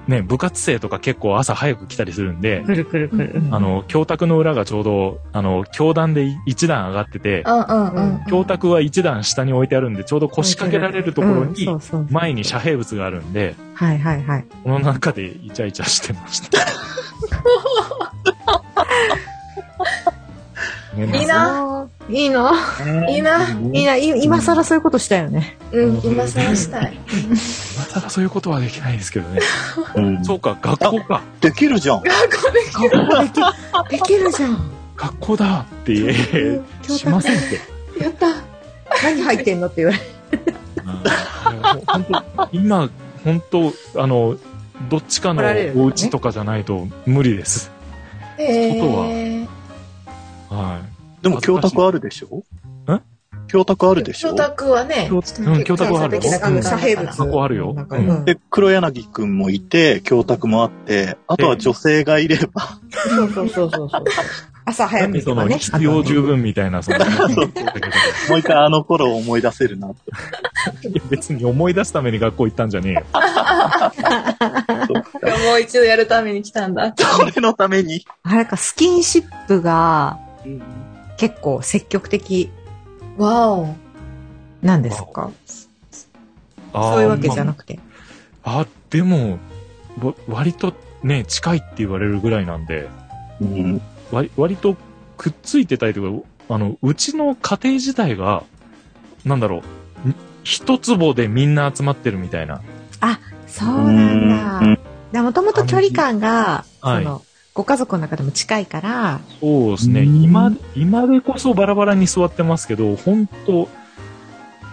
Speaker 2: ね、部活生とか結構朝早く来たりするんで、
Speaker 6: くるくるくる。
Speaker 2: あの、教託の裏がちょうど、あの、教団で一段上がってて、
Speaker 5: うんうんうん。
Speaker 2: 教託は一段下に置いてあるんで、ちょうど腰掛けられるところ
Speaker 6: うんそ
Speaker 2: に
Speaker 6: う、そうそう
Speaker 2: 前に遮蔽物があるんで、
Speaker 6: はいはいはい。
Speaker 2: この中でイチャイチャしてました。ね
Speaker 5: いいな。
Speaker 6: いいの
Speaker 5: いいな。
Speaker 6: いいな、い今更そういうことしたよね。
Speaker 5: うん、今更したい。
Speaker 2: またそういうことはできないですけどね。
Speaker 3: うん
Speaker 2: そうか、学校か。
Speaker 3: できるじゃん。
Speaker 5: 学校で
Speaker 6: 学校でき、できるじゃん。
Speaker 2: 学校だって言え
Speaker 6: うん、教
Speaker 2: しま
Speaker 6: 託
Speaker 2: せんって。
Speaker 5: やった。
Speaker 6: 何入ってんのって言われる。
Speaker 2: 本当今、本当あの、どっちか
Speaker 6: 怒
Speaker 2: の
Speaker 6: られる
Speaker 2: お家とかじゃないと無理です。
Speaker 5: え
Speaker 2: 外は
Speaker 5: ー。
Speaker 2: は
Speaker 3: でも教託あるでしょ
Speaker 2: ん
Speaker 3: 教託あるでしょ
Speaker 5: 教託はね、
Speaker 2: うん教託はあるよ
Speaker 5: 教託
Speaker 2: 遮
Speaker 5: 蔽
Speaker 2: そこあるよ
Speaker 6: なんか
Speaker 2: うん
Speaker 6: うん
Speaker 3: で、黒柳くんもいて、教託もあって、あとは女性がいれば、
Speaker 6: そうそうそうそうそう。朝
Speaker 2: い。
Speaker 6: 早め
Speaker 2: そ
Speaker 6: と
Speaker 2: の
Speaker 6: かね。
Speaker 2: 必要十分みたいな、その、
Speaker 3: そうもう一回あの頃を思い出せるなって。
Speaker 2: いや別に思い出すために学校行ったんじゃねえよ。
Speaker 5: もう一度やるために来たん だ。
Speaker 3: それのために。
Speaker 6: あれか、スキンシップが結構積極的
Speaker 5: わお。
Speaker 6: なんですか
Speaker 2: あ
Speaker 6: そういうわけじゃ
Speaker 2: な
Speaker 6: なくて。
Speaker 2: あ、でも、わ割とね、近いって言われるぐらいなんで、
Speaker 3: うん。
Speaker 2: 割割とくっついてたりとか、あの、うちの家庭自体が、なんだろう、ん一坪でみんな集まってるみたいな。
Speaker 6: そうなんだ。でもともと距離感が、
Speaker 2: は
Speaker 6: そ
Speaker 2: い
Speaker 6: の、ご家族の中でも近いから、
Speaker 2: そうですね。
Speaker 3: うん
Speaker 2: 今、今でこそバラバラに座ってますけど、本当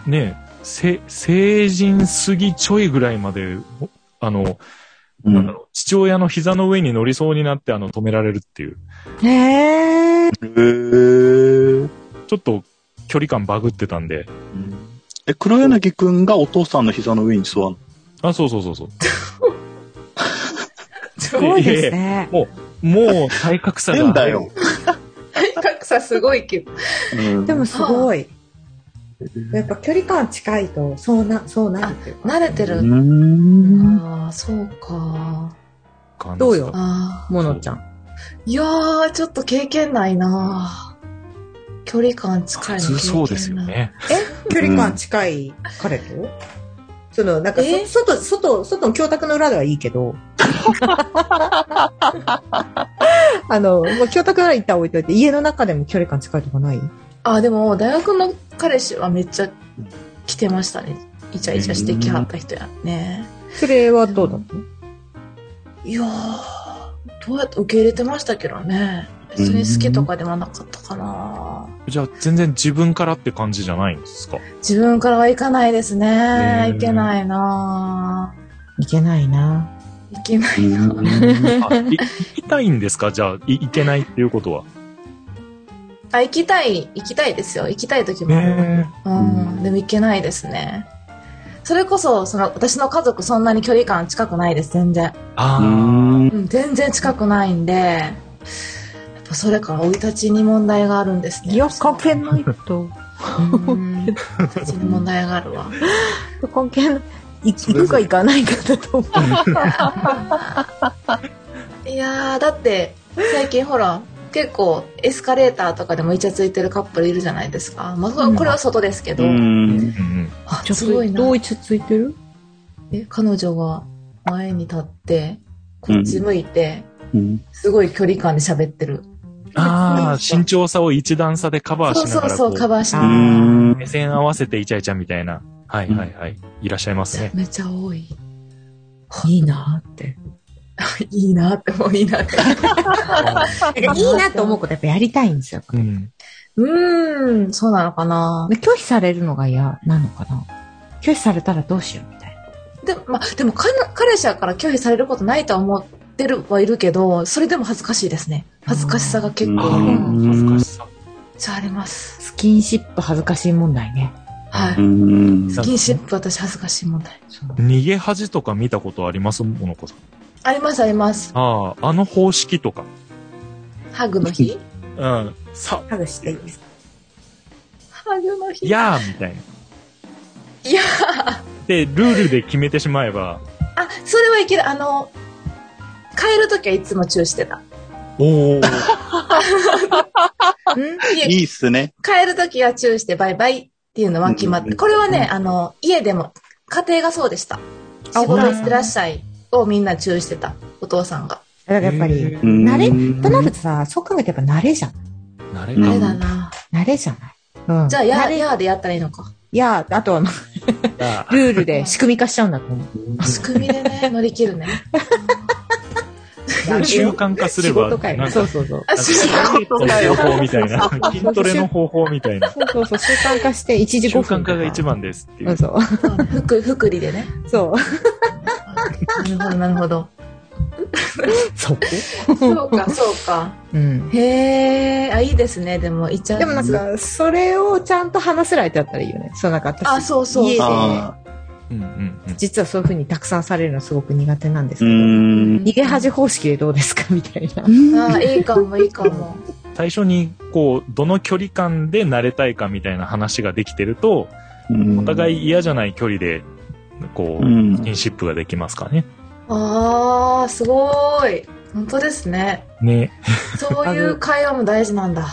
Speaker 2: ね、せ、成人すぎちょいぐらいまで、ほあの、
Speaker 3: う
Speaker 2: なんだ
Speaker 3: ん。
Speaker 2: ろう、父親の膝の上に乗りそうになって、あの、止められるっていう。
Speaker 6: ねえ。
Speaker 3: へー
Speaker 2: ちょっと、距離感バグってたんで。
Speaker 3: え、黒柳くんがお父さんの膝の上に座るの
Speaker 2: あ、そうそうそうそう。
Speaker 6: すごいですね。
Speaker 2: もう体格差が。
Speaker 3: 変だよ。。
Speaker 5: 格差すごいけど。
Speaker 3: うん
Speaker 6: でもすごい。やっぱ距離感近いと、そうな、そうなるっていうか。
Speaker 5: 慣れて
Speaker 3: う
Speaker 5: る。
Speaker 3: ん。
Speaker 5: ああ、そうか。
Speaker 6: どうよ
Speaker 5: ああ。
Speaker 6: ものちゃん。
Speaker 5: いやー、ちょっと経験ないな距離感近い
Speaker 2: 普
Speaker 5: の
Speaker 2: 通そうで
Speaker 5: 経験
Speaker 2: すよ
Speaker 5: ない。
Speaker 2: ね。
Speaker 6: 距離感近い彼とその、なんか
Speaker 5: え、
Speaker 6: そ外、外、外の教託の裏ではいいけ ど。あの、もう教託なら一旦置いといて、家の中でも距離感近いとかない
Speaker 5: あ、でも、大学の彼氏はめっちゃ来てましたね。イチャイチャしてきはった人やね。
Speaker 6: それはどうだったの
Speaker 5: いやー、どうやって受け入れてましたけどね。別に好きとかではなかったかな
Speaker 2: じゃあ、全然自分からって感じじゃないんですか。
Speaker 5: 自分からはいかないですね。
Speaker 2: うん
Speaker 5: いけないない
Speaker 6: けないな。
Speaker 5: いけな
Speaker 2: あ
Speaker 5: い。
Speaker 2: い行きたいんですかじゃあ、い行けないっていうこと は。
Speaker 5: あ、行きたい、行きたいですよ。行きたい時もある。うん、でも行けないですね。それこそ、その、私の家族そんなに距離感近くないです、全然。
Speaker 3: う
Speaker 2: あ
Speaker 3: ん
Speaker 5: うん、全然近くないんで、やっぱそれから生い立ちに問題があるんですね。
Speaker 6: いや、関係ないと。
Speaker 5: うん生い立ちに問題があるわ。
Speaker 6: 関係ない。い行くか行かないかだと思う。
Speaker 5: いやー、だって、最近ほら、結構エスカレーターとかでもイチャついてるカップルいるじゃないですか。まあ、これこれは外ですけど。
Speaker 3: うん。
Speaker 2: ー。うん
Speaker 5: あ、
Speaker 6: ちょっ
Speaker 5: すごい
Speaker 6: と、
Speaker 5: な。
Speaker 6: 同一ついてる
Speaker 5: え彼女が前に立って、こっち向いて、
Speaker 3: うん
Speaker 5: すごい距離感で喋ってる。
Speaker 2: ああ、身長差を一段差でカバー
Speaker 5: そう
Speaker 2: しな
Speaker 5: そ
Speaker 2: が
Speaker 5: う
Speaker 2: ら
Speaker 5: そ
Speaker 2: こ
Speaker 5: う、カ
Speaker 2: う、
Speaker 5: バーし
Speaker 6: あ
Speaker 5: て。
Speaker 3: うん
Speaker 2: 目線合わせてイチャイチャみたいな。はいはいはい。いらっしゃいますね。
Speaker 5: めっちゃ多い。
Speaker 6: いいなーって。
Speaker 5: いいなって思う、いいなって。
Speaker 6: なんかいいなと思うことやっぱやりたいんですよ。
Speaker 2: うん。
Speaker 5: うーん、そうなのかな
Speaker 6: 拒否されるのが嫌なのかな拒否されたらどうしようみたいな。
Speaker 5: でも、まあ、でも彼、彼氏やから拒否されることないとは思ってるはいるけど、それでも恥ずかしいですね。恥ずかしさが結
Speaker 2: あ
Speaker 5: 構、
Speaker 2: ー恥ずかしさ。
Speaker 5: じゃああります。
Speaker 6: スキンシップ恥ずかしい問題ね。
Speaker 5: は
Speaker 3: う
Speaker 5: い。
Speaker 3: ん。
Speaker 5: スキンシップ私恥ずかしい問題。
Speaker 6: そう
Speaker 2: 逃げ恥とか見たことありますものこさん。
Speaker 5: ありますあります。
Speaker 2: ああ、あの方式とか。
Speaker 5: ハグの日
Speaker 2: うん。さ、
Speaker 6: ハグしていいですか
Speaker 5: ハグの日いや、
Speaker 2: やーみたいな。で、ルールで決めてしまえば、
Speaker 5: あ、それはいける。あの、帰るときはいつもチューしてた。
Speaker 2: おお。
Speaker 5: 家
Speaker 3: いいっすね。
Speaker 5: 帰るときはチューしてバイバイっていうのは決まっ
Speaker 3: うん
Speaker 5: て、これはね、あの、家でも、家庭がそうでした。仕
Speaker 6: ほ
Speaker 5: 事
Speaker 6: ら
Speaker 5: 行ってらっしゃいをみんなチューしてた、お父さんが。
Speaker 6: だからやっぱり、
Speaker 2: 慣
Speaker 3: うん
Speaker 6: 慣れとなるとさ、そう考えてやっぱ慣れじゃん。
Speaker 2: れ
Speaker 3: うん
Speaker 5: あれだな。
Speaker 6: 慣れじゃない。うん。
Speaker 5: じゃあ、や
Speaker 6: 慣
Speaker 5: ー、
Speaker 6: れい
Speaker 5: やーでやったらいいのか。
Speaker 6: や、あとは、まあ
Speaker 2: た。
Speaker 6: ルールで 仕組み化しちゃうんだと思う。
Speaker 5: 仕組みでね、 乗り切るね。
Speaker 2: 習慣化すれ
Speaker 6: 仕
Speaker 2: ば、
Speaker 6: 事か
Speaker 2: な
Speaker 6: よ。
Speaker 2: ん
Speaker 6: そ
Speaker 2: か
Speaker 6: うそうそう。
Speaker 2: な
Speaker 5: あ
Speaker 2: んか
Speaker 5: 仕事
Speaker 2: ダ
Speaker 5: か
Speaker 2: イエッ
Speaker 5: よ。
Speaker 2: トの方法みたいな。筋トレの方法みたいな。
Speaker 6: そうそうそう。習慣化して1時
Speaker 2: 習慣
Speaker 6: 5分とか。。
Speaker 2: 化が一番ですっていううん
Speaker 6: そう。
Speaker 5: 福、福利でね。
Speaker 6: そう。
Speaker 5: なるほど、なる ほど。
Speaker 6: そこ
Speaker 5: そうか、そうか。
Speaker 6: うん。
Speaker 5: へえ、あ、いいですね。でも、いっちゃう。
Speaker 6: でもなん、か、それをちゃんと話せる相手だったらいいよね。そうなんか
Speaker 5: あ、
Speaker 6: 私、
Speaker 5: そうそう。
Speaker 6: 家で
Speaker 3: あ
Speaker 2: うんうんうん。
Speaker 6: 実はそういうふうにたくさんされるのすごく苦手なんです
Speaker 3: ーう
Speaker 6: けど、
Speaker 3: ん。
Speaker 6: 逃げ恥方式でどうですかみたいな。
Speaker 5: あー、いいかも、いいかも。
Speaker 2: 最初に、こう、どの距離感で慣れたいかみたいな話ができてると、お互
Speaker 3: い、
Speaker 2: い嫌じゃない距離で、こ
Speaker 3: う
Speaker 2: う、
Speaker 3: ん
Speaker 2: スキンシップができますからね。
Speaker 5: あー、すごーい。本当ですね。
Speaker 2: ね。
Speaker 5: そういう会話も大事なんだ。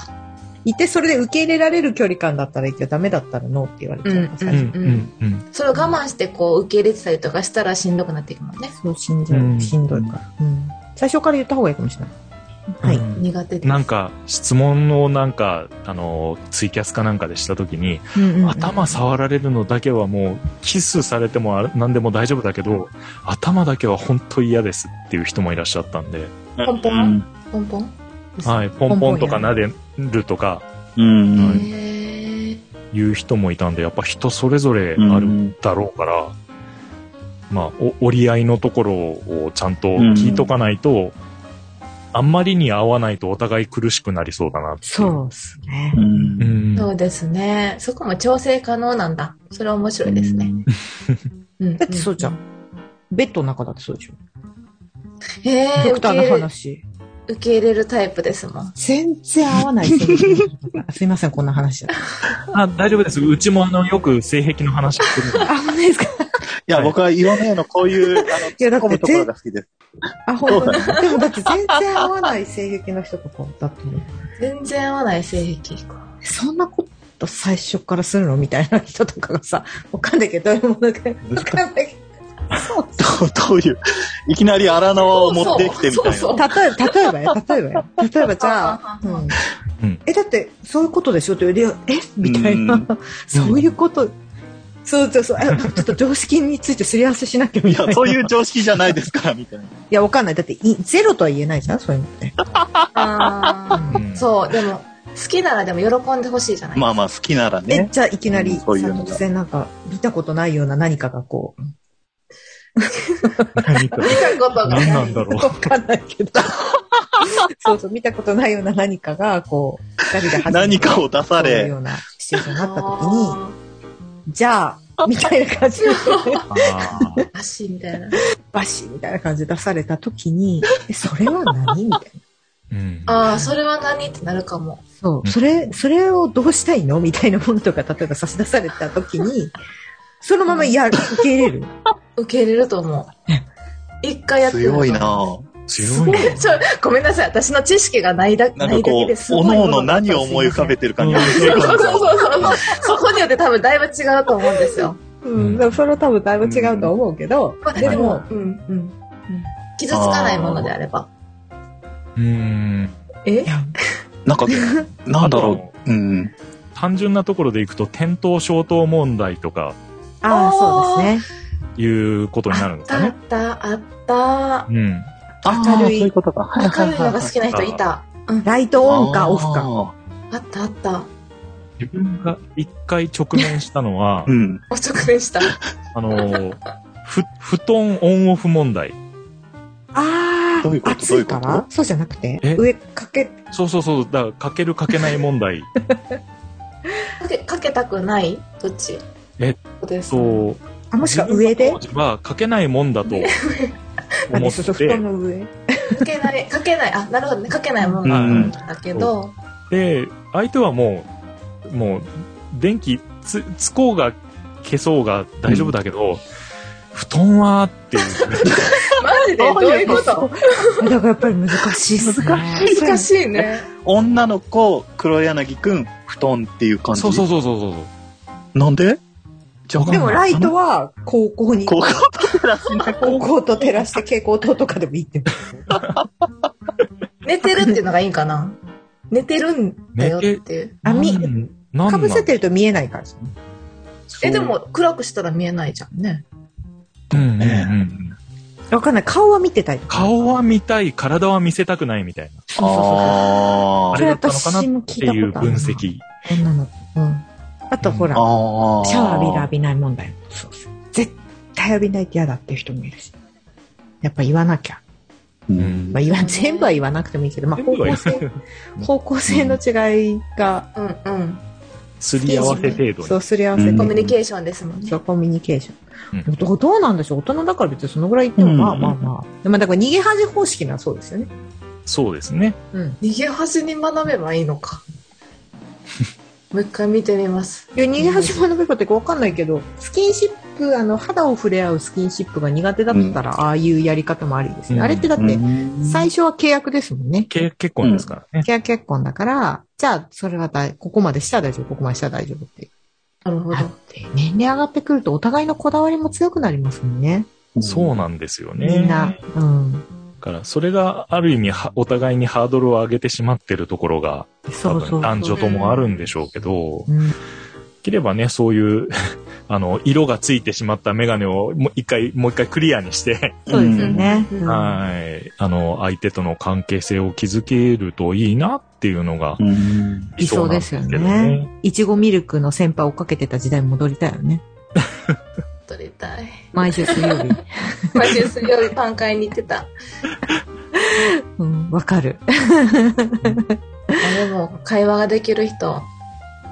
Speaker 6: いて、それで受け入れられる距離感だったらいいけど、ダメだったらノーって言われちゃうから
Speaker 5: う
Speaker 2: う
Speaker 6: 最
Speaker 2: ん
Speaker 6: 初。
Speaker 2: うんうん。
Speaker 5: それを我慢してこう受け入れてたりとかしたらしんどくなっていくもんね。
Speaker 6: そうしんどい、
Speaker 2: うん
Speaker 6: しんどいから、うん。最初から言った方がいいかもしれない。はい。
Speaker 2: うん
Speaker 5: 苦手です。
Speaker 2: なんか、質問をなんか、あの、ツイキャスかなんかでしたときに、
Speaker 6: うんうんうん
Speaker 2: 頭触られるのだけはもう、キスされてもあれ何でも大丈夫だけど、頭だけは本当嫌ですっていう人もいらっしゃったんで、
Speaker 5: ポンポンポンポン。
Speaker 2: はい、ポンポンとか撫でるとか
Speaker 3: うん。うん。
Speaker 5: へー
Speaker 2: いう人もいたんで、やっぱ人それぞれ
Speaker 3: うん
Speaker 2: あるだろうから、まあ、お折り合いのところをちゃんと聞いとかないと、あんまりに合わないとお互い苦しくなりそうだなっていう。
Speaker 6: そうですね
Speaker 3: う。。
Speaker 2: うんん。
Speaker 5: そうですね。そこも調整可能なんだ。それは面白いですね。うん
Speaker 6: だってそうじゃん。。ベッドの中だってそうでしょ。
Speaker 5: へえ、
Speaker 6: ドク
Speaker 5: 受
Speaker 6: タ
Speaker 5: け
Speaker 6: ーの
Speaker 5: 入れ
Speaker 6: 話。
Speaker 5: 受け入れるタイプですもん。
Speaker 6: 全然合わない。 すいません、こんな話だ。
Speaker 2: あ大丈夫です。うちもあの、よく性癖の話をするんで
Speaker 6: あ、ほんですか
Speaker 3: いや、僕は色ねえのこういう、あの、
Speaker 6: やだ
Speaker 3: 突
Speaker 6: っ
Speaker 3: って込むところが好きです。
Speaker 6: あ、ほんとにでもだって全然合わない性癖の人とかだと思う。
Speaker 5: 全然合わない性癖か。
Speaker 6: そんなこと最初からするのみたいな人とかがさ、わかんないけど、どういうものか、わかんないけど。そう
Speaker 3: どうどういう、いきなり荒縄を持ってきてみたいな。
Speaker 5: そうそ
Speaker 6: 例
Speaker 5: う
Speaker 6: えば、例えばよ、例えばよ。例えばじゃあ、うん
Speaker 2: うん
Speaker 6: え、だって、そういうことでしょって言うえみたい
Speaker 3: うん
Speaker 6: な。そういうこと。そうそうそう。えちょっと常識についてすり合わせしなきゃみ
Speaker 3: い
Speaker 6: たいな。
Speaker 3: や、そういう常識じゃないですから、みたいな。
Speaker 6: いや、わかんない。だってい、ゼロとは言えないじゃんそういうのって。
Speaker 5: あ
Speaker 2: う
Speaker 5: ー
Speaker 2: ん
Speaker 5: そう、でも、好きならでも喜んでほしいじゃない
Speaker 3: まあまあ、好きなら
Speaker 6: え、
Speaker 3: ね。
Speaker 6: じゃあ、いきなり、
Speaker 3: うん
Speaker 6: さ
Speaker 3: そういうのが
Speaker 6: 突然なんか、見たことないような何かがこう、
Speaker 2: 何か
Speaker 5: 見たことが
Speaker 2: 何な
Speaker 5: なんい。
Speaker 2: だろ
Speaker 6: わかんないけど。そうそう、見たことないような何かが、こう、二人で初めて
Speaker 3: 何かを出さ
Speaker 6: そういう
Speaker 3: れ。
Speaker 6: ようなシチュエーションになった時に、
Speaker 5: あ
Speaker 6: じゃあ、みたいな感じで、
Speaker 2: う。ああ。
Speaker 5: ー足みたいな。
Speaker 6: バシッみたいな感じで出された時 に、えそれは何みたいな。
Speaker 2: うん。
Speaker 5: ああ、それは何ってなるかも。
Speaker 6: そう。それ、それをどうしたいのみたいなものとか、例えば差し出された時に、そのままや、受け入れる。
Speaker 5: 受け入れると思う。一回やってみる
Speaker 3: 強 いなぁ。
Speaker 2: 強いな。
Speaker 5: ちょごめんなさい。私の知識がないだ
Speaker 3: なん
Speaker 5: ない
Speaker 3: か
Speaker 5: だ
Speaker 3: こ
Speaker 5: け
Speaker 3: う、
Speaker 5: です
Speaker 3: お
Speaker 5: ごい
Speaker 3: の
Speaker 5: も
Speaker 3: お
Speaker 5: の
Speaker 3: の
Speaker 5: だった
Speaker 3: 何を思い浮かべ
Speaker 5: す
Speaker 3: てるかに
Speaker 2: うん
Speaker 5: いませんそうそうそうそう。そこによって多分だいぶ違うと思うんですよ。
Speaker 6: うん。だからそれは多分だいぶ違うと思うけど、
Speaker 5: まあ、でも、うんうんうん。傷つかないものであれば。
Speaker 2: うん。
Speaker 5: え
Speaker 6: いや、
Speaker 3: なんか、 なんだろう。うん。
Speaker 2: 単純なところでいくと、転倒消灯問題とか
Speaker 6: ああ、
Speaker 5: あー
Speaker 6: そうですね。
Speaker 2: いうことになるんですか
Speaker 5: あ
Speaker 2: ね
Speaker 5: っ。た、あった。
Speaker 2: うん。
Speaker 3: あ
Speaker 6: 明
Speaker 3: あ、そ
Speaker 6: る
Speaker 3: う
Speaker 6: い
Speaker 3: いうことか。は
Speaker 5: 明るいのが好きな人いた。うん、あ
Speaker 6: ライトオンかオフか。
Speaker 3: あ
Speaker 5: ったあった。
Speaker 2: 自分が一回直面したの は
Speaker 3: ー。う、ん。
Speaker 5: おちょくでした。
Speaker 2: あのー、ふ、布団オンオフ問題。
Speaker 6: あ
Speaker 3: どういうこ
Speaker 6: あ、
Speaker 3: と
Speaker 6: 暑いか
Speaker 3: どういう
Speaker 6: らそうじゃなくて
Speaker 2: え
Speaker 6: 上かけ、
Speaker 2: そうそうそう、だから、かけるかけない問題。
Speaker 5: かけかけたくないどっち
Speaker 2: えっ
Speaker 5: とです。
Speaker 2: そう。
Speaker 6: あ、もしくは上で
Speaker 2: 当時はかけないもんだ と
Speaker 6: あ
Speaker 2: 思
Speaker 6: で
Speaker 2: っ
Speaker 6: そうそう布団
Speaker 2: て、
Speaker 6: の上。
Speaker 5: かけない、かけない、あ、なるほどね。かけないものなんだけど、
Speaker 2: で、相手はもう、もう、電気つ、つこうが消そうが大丈夫だけど、布団はっていう。
Speaker 5: マジでどういうこ
Speaker 6: そ
Speaker 5: と
Speaker 6: う だからやっぱり難しいっすね。難
Speaker 5: 難しいね。
Speaker 3: 女の子、黒柳くん、布団っていう感じ。
Speaker 2: そうそうそうそうそう。
Speaker 3: なんでじゃあ
Speaker 6: でもライト
Speaker 3: は、
Speaker 6: は高校に、
Speaker 3: こ
Speaker 6: 高
Speaker 3: こ照らしなが
Speaker 6: 校と照らして蛍光灯とかでもいいって。
Speaker 5: 寝てるっていうのがいいんかな寝てるんだよっていう。
Speaker 6: あみ
Speaker 2: なんなん
Speaker 6: かぶせてると見えないからですね。
Speaker 5: え、でも暗くしたら見えないじゃんね。
Speaker 2: うんうんうん
Speaker 3: ね
Speaker 6: わかんない。顔は見てたいとか。
Speaker 2: 顔は見たい、体は見せたくないみたいな。
Speaker 6: そうそうそう。
Speaker 3: あ
Speaker 2: あ
Speaker 6: そ
Speaker 2: れだ
Speaker 6: れ
Speaker 2: ったのかなっ
Speaker 6: 私も聞
Speaker 2: て
Speaker 6: いた
Speaker 2: いう
Speaker 6: ことある
Speaker 2: 分
Speaker 6: な。
Speaker 2: 析。
Speaker 6: 女の子。うん。あとほら
Speaker 3: あ。、ああ。
Speaker 6: シャワー浴びる浴びない問題もそうそう。絶対浴びないって嫌だっていう人もいるし。やっぱ言わなきゃ。
Speaker 3: う
Speaker 2: うんん
Speaker 6: まあ言わ、全部は言わなくてもいいけど、まあ方向性、方向性の違いが、
Speaker 5: うんうん。
Speaker 2: すり合わせ程度に
Speaker 6: そうすり合わせ
Speaker 3: うん
Speaker 5: コ
Speaker 6: と
Speaker 5: ミュニケーションですもんね
Speaker 6: そう。コミュニケーショ
Speaker 2: う
Speaker 6: ン。どうどうなんでしょう大人だから別にそのぐらい言っても、
Speaker 3: うん
Speaker 6: まあまあまあ。でもだから逃げ恥方式ならそうですよね。
Speaker 2: そうですね。
Speaker 6: うん。
Speaker 5: 逃げ端に学べばいいのか。もう一回見てみます。
Speaker 6: いや、逃げ恥のべ方ってかわかんないけど、スキンシップ、あの、肌を触れ合うスキンシップが苦手だったら、ああいうやり方もありですね。
Speaker 2: うん
Speaker 6: あれってだっ
Speaker 3: う
Speaker 6: て、
Speaker 3: ん
Speaker 6: 最初は契約ですもんね。
Speaker 2: け結婚ですからね。
Speaker 6: 契約結婚だから、じゃあ、それはだい、ここまでしたら大丈夫、ここまでしたら大丈夫って。
Speaker 5: なるほど
Speaker 6: だ。って、年齢上がってくるとお互いのこだわりも強くなりますもんね。
Speaker 2: そうなんですよね。
Speaker 6: みんな。うん。
Speaker 2: だから、それがある意味は、お互いにハードルを上げてしまってるところが、多
Speaker 6: そうそうそ
Speaker 2: 分
Speaker 6: う。
Speaker 2: 男女ともあるんでしょうけど、で
Speaker 6: うん。
Speaker 2: きればね、そういう、 あの、色がついてしまったメガネを、もう一回、もう一回クリアにして、
Speaker 6: そうですよね。
Speaker 5: うん
Speaker 6: うん
Speaker 2: はい。あの、相手との関係性を築けるといいなっていうのが
Speaker 3: う、ん。
Speaker 6: 理想ですよね。いちごミルクの先輩をかけてた時代に戻りたいよね。
Speaker 5: 撮りたい。
Speaker 6: 毎週水曜日。
Speaker 5: 毎週水曜日パン会に行ってた。
Speaker 6: うん、わかる。
Speaker 5: あでも、会話ができる人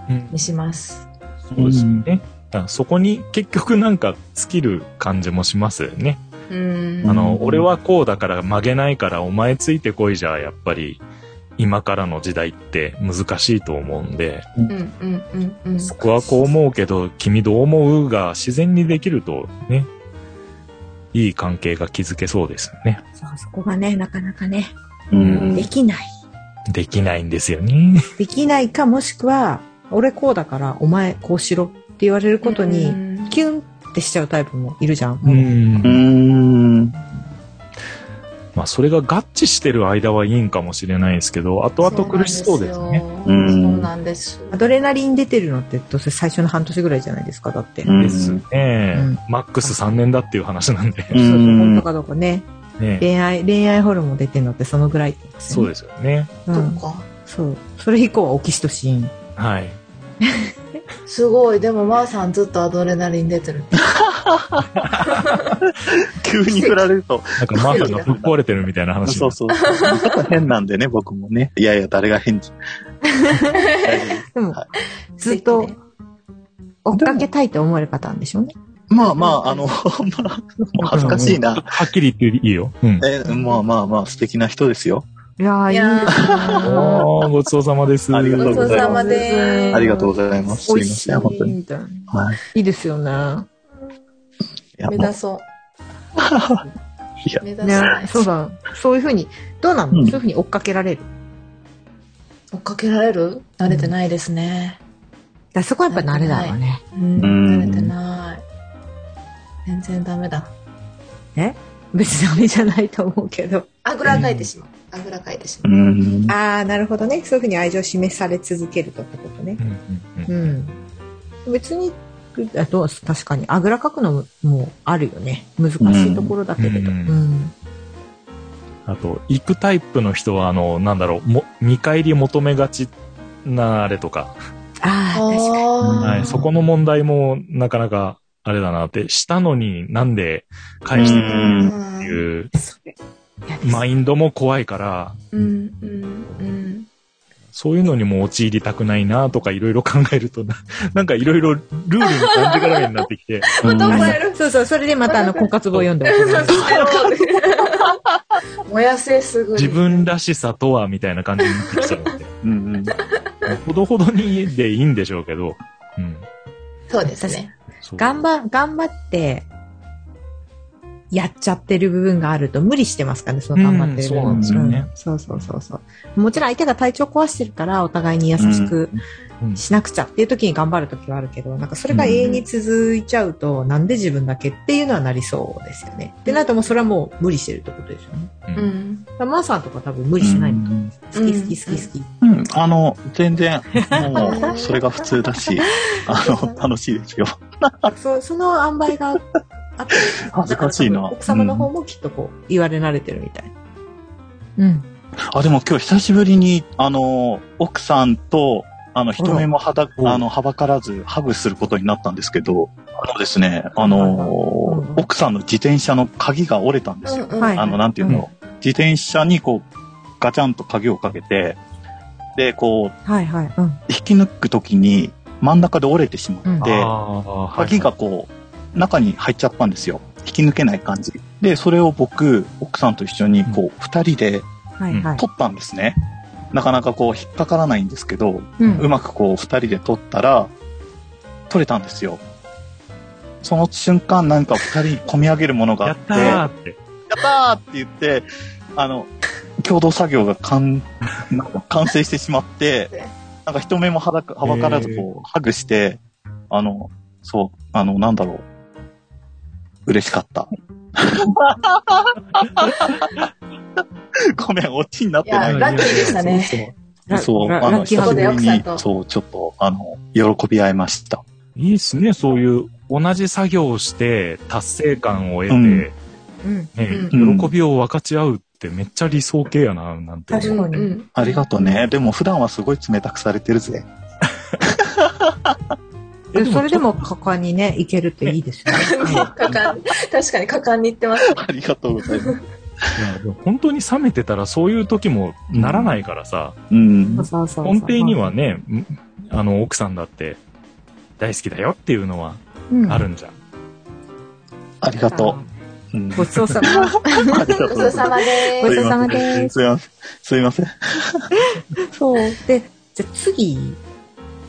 Speaker 2: うん
Speaker 5: にします。
Speaker 2: そうですよね。だからそこに結局なんか尽きる感じもしますよね。
Speaker 5: うん。
Speaker 2: あの、
Speaker 3: うん
Speaker 2: 俺はこうだから曲げないからお前ついてこいじゃ、やっぱり今からの時代って難しいと思うんで、
Speaker 5: うんうんうんうん。
Speaker 2: 僕はこう思うけど、君どう思うが自然にできるとね、いい関係が築けそうですよね。
Speaker 6: そうそこがね、なかなかね、
Speaker 3: うん
Speaker 6: できない。
Speaker 2: できないんですよね。。
Speaker 6: できないか、もしくは、俺こうだから、お前こうしろって言われることに、
Speaker 5: うん
Speaker 6: キュンってしちゃうタイプもいるじゃん。
Speaker 3: うんん。
Speaker 2: まあ、それが合致してる間はいいんかもしれないですけど、後々苦しそうですね。
Speaker 5: そう
Speaker 3: うん
Speaker 5: なんですよ。そう
Speaker 6: ア
Speaker 5: なんです。
Speaker 6: ドレナリン出てるのってどうせ最初の半年ぐらいじゃないですか、だって。
Speaker 3: うん
Speaker 2: ですね。
Speaker 6: うん
Speaker 2: マックス3年だっていう話なんで。
Speaker 6: そうそう
Speaker 3: うん
Speaker 6: 本当かどうかね。
Speaker 2: ね、
Speaker 6: 恋愛、恋愛ホルモン出てるのってそのぐらいって言います
Speaker 2: そう
Speaker 6: よね。
Speaker 2: ですよね。
Speaker 5: そ
Speaker 6: うん
Speaker 5: っか。
Speaker 6: そう。それ以降はオキシトシン。
Speaker 2: はい。
Speaker 5: すごい。でも、まーさんずっとアドレナリン出てる。
Speaker 3: 急に振られると。
Speaker 2: なんかマーフィーがぶっ壊れてるみたいな話。
Speaker 3: そうそうそう。ちょっと変なんでね、僕もね。いやいや、誰 が変じ大丈夫です
Speaker 6: でも
Speaker 3: は、
Speaker 6: ずっと
Speaker 5: 素敵ね
Speaker 6: 追っかけたいと思われ方なんでしょうね。
Speaker 3: まあまあ、あの、まあ、もう恥ずかしいな。
Speaker 2: はっきり言っていいよ。うん。
Speaker 3: え、まあままあ、素敵な人ですよ。
Speaker 6: いやー、い
Speaker 5: い
Speaker 6: い
Speaker 5: やー
Speaker 6: ですね。
Speaker 2: おーごちそうさまです。
Speaker 3: ありがとうございます
Speaker 5: ごちそうさまです
Speaker 3: ありがとうございます。す
Speaker 6: 美
Speaker 3: い
Speaker 6: 味
Speaker 3: ま
Speaker 6: し
Speaker 3: せん、本当
Speaker 6: い
Speaker 3: に。
Speaker 6: みたいな。
Speaker 3: はい。い
Speaker 6: いいですよね。
Speaker 3: や、
Speaker 5: 目
Speaker 3: も
Speaker 5: 指
Speaker 3: う、
Speaker 5: そう。
Speaker 3: いや
Speaker 5: 目指
Speaker 6: ね
Speaker 5: さない、
Speaker 6: そうだ。そういうふうに、どうなの、
Speaker 3: うん
Speaker 6: そういうふうに追っかけられる。
Speaker 5: 追っかけられる慣れてないですね。
Speaker 6: だそこはやっぱ慣れだろうね。
Speaker 5: うん。
Speaker 3: うん
Speaker 5: 慣れてない。全然ダメだ。
Speaker 6: 別にダメじゃないと思うけど。
Speaker 5: あぐらかいてしまう。あぐらかいてし
Speaker 3: う
Speaker 5: まう。
Speaker 3: ん。
Speaker 6: ああ、なるほどね。そういうふうに愛情を示され続けるとってことね
Speaker 2: う。んうんう
Speaker 6: うんん。別に、あと、確かに、あぐらかくのももうあるよね。難しいところだけれど。
Speaker 2: う
Speaker 6: うんん。
Speaker 2: あと、行くタイプの人は、あの、なんだろう、も、見返り求めがちなあれとか、
Speaker 6: ああ、確かに。
Speaker 2: は、
Speaker 5: はい
Speaker 2: そこの問題もなかなかあれだなって、したのになんで返してくるっていう
Speaker 6: それ。嫌です
Speaker 2: マインドも怖いから、
Speaker 5: うんうんうん
Speaker 2: そういうのにも陥りたくないなとかいろいろ考えるとな、 なんかいろいろルールに感じがらめになってき て、
Speaker 5: また
Speaker 3: うん
Speaker 5: 怒られる。
Speaker 6: そうそう、それでまたあの、婚活本読んでおき ます。
Speaker 5: 燃やせすぐに
Speaker 2: 自分らしさとはみたいな感じになってきちゃうので、
Speaker 3: うんうん。
Speaker 2: ほどほどにでいいんでしょうけど、うん。
Speaker 5: そうですね
Speaker 2: そう
Speaker 6: 頑張、頑張って、やっちゃってる部分があると無理してますからね、その頑張ってる
Speaker 2: うんそ
Speaker 6: 部分。
Speaker 2: うなんですよね
Speaker 6: うんそうそうそうそう。もちろん相手が体調壊してるから、お互いに優しく
Speaker 2: うん
Speaker 6: しなくちゃっていう時に頑張る時はあるけど、なんかそれが永遠に続いちゃうと、なんで自分だけっていうのはなりそうですよね。で、なるともうそれはもう無理してるってことですよね。
Speaker 2: うん
Speaker 5: うん
Speaker 6: だからマーさんとか多分無理しないのと思う。
Speaker 5: うん
Speaker 6: 好き好き好き好き。
Speaker 3: うん、あの、全然、もう、それが普通だし、あの、楽しいですよ。
Speaker 6: そうその塩梅があって、
Speaker 3: 恥ずかしいな。
Speaker 6: 奥様の方
Speaker 3: うん
Speaker 6: もきっとこう、言われ慣れてるみたい。うん。
Speaker 3: あ、でも今日久しぶりに、あの、奥さんと、あの、人目もはだ、
Speaker 2: うん
Speaker 3: あの、はばからず、ハグすることになったんですけど、あのですね、あの
Speaker 6: うん、
Speaker 3: 奥さんの自転車の鍵が折れたんですよ。
Speaker 5: うん
Speaker 6: はい
Speaker 3: あの、なんていうの、自転車にこう、ガチャンと鍵をかけて、で、こう、
Speaker 6: はいはい。うん。
Speaker 3: 引き抜くときに、真ん中で折れてしまって、
Speaker 2: あー
Speaker 3: 鍵がこう、中に入っちゃったんですよ。引き抜けない感じ。で、それを僕、奥さんと一緒に、こう、二、人で
Speaker 6: はいはい。
Speaker 3: 取ったんですね。なかなかこう、引っかからないんですけど、
Speaker 6: う
Speaker 3: うまくこう、二人で取ったら、取れたんですよ。その瞬間、なんか二人に込み上げるものが
Speaker 2: や
Speaker 3: あっ、
Speaker 2: ってたーって。
Speaker 3: やったーって言って、あの、共同作業 が完、なんか完成してしまって、なんか人目もはだかはばからずこう、ハグして、あの、そう、あの、なんだろう。嬉し かった。ごめん、オチになって
Speaker 5: い
Speaker 3: な
Speaker 5: や
Speaker 3: い。
Speaker 5: ラッキーでしたね
Speaker 6: ラ
Speaker 3: そう、
Speaker 6: ラ
Speaker 3: あ
Speaker 6: ラ
Speaker 3: の、
Speaker 6: ッキー
Speaker 3: 久
Speaker 6: ハ
Speaker 3: しぶ
Speaker 6: グ
Speaker 5: で
Speaker 3: り
Speaker 5: 奥さん
Speaker 3: に、
Speaker 5: と
Speaker 3: そう、ちょっと、あの、喜び合いました。
Speaker 2: いいですね、そういう、同じ作業をして、達成感を得て、
Speaker 3: うん
Speaker 2: ね
Speaker 6: うん。
Speaker 3: うん
Speaker 2: 喜びを分かち合うってめっちゃ理想系やな、なんて。
Speaker 6: 確かに。
Speaker 5: うん
Speaker 3: ありがとうね。でも、普段はすごい冷たくされてるぜ。
Speaker 2: え
Speaker 6: それでも
Speaker 2: ちょっ
Speaker 6: 果敢にね、いけるっていいですよね。
Speaker 5: 果敢確かに果敢に言ってま す
Speaker 3: ありがとうございます。
Speaker 2: といやでも本当に冷めてたらそういう時もならないからさ、
Speaker 3: うん。
Speaker 6: そうそうそう
Speaker 2: 根底には、ね、んあの、奥さんだって大好きだよっていうのは
Speaker 6: うん
Speaker 2: あるんじゃん。
Speaker 3: ありがとう。うん。
Speaker 6: ごちそうさま。
Speaker 3: ありがとう
Speaker 5: ご
Speaker 3: ご
Speaker 5: ち
Speaker 3: ざ
Speaker 5: そう
Speaker 3: いま
Speaker 5: さまで
Speaker 6: ごち
Speaker 5: す
Speaker 6: そうさまです
Speaker 3: すいません。すいません。
Speaker 6: そう。で、じゃあ次。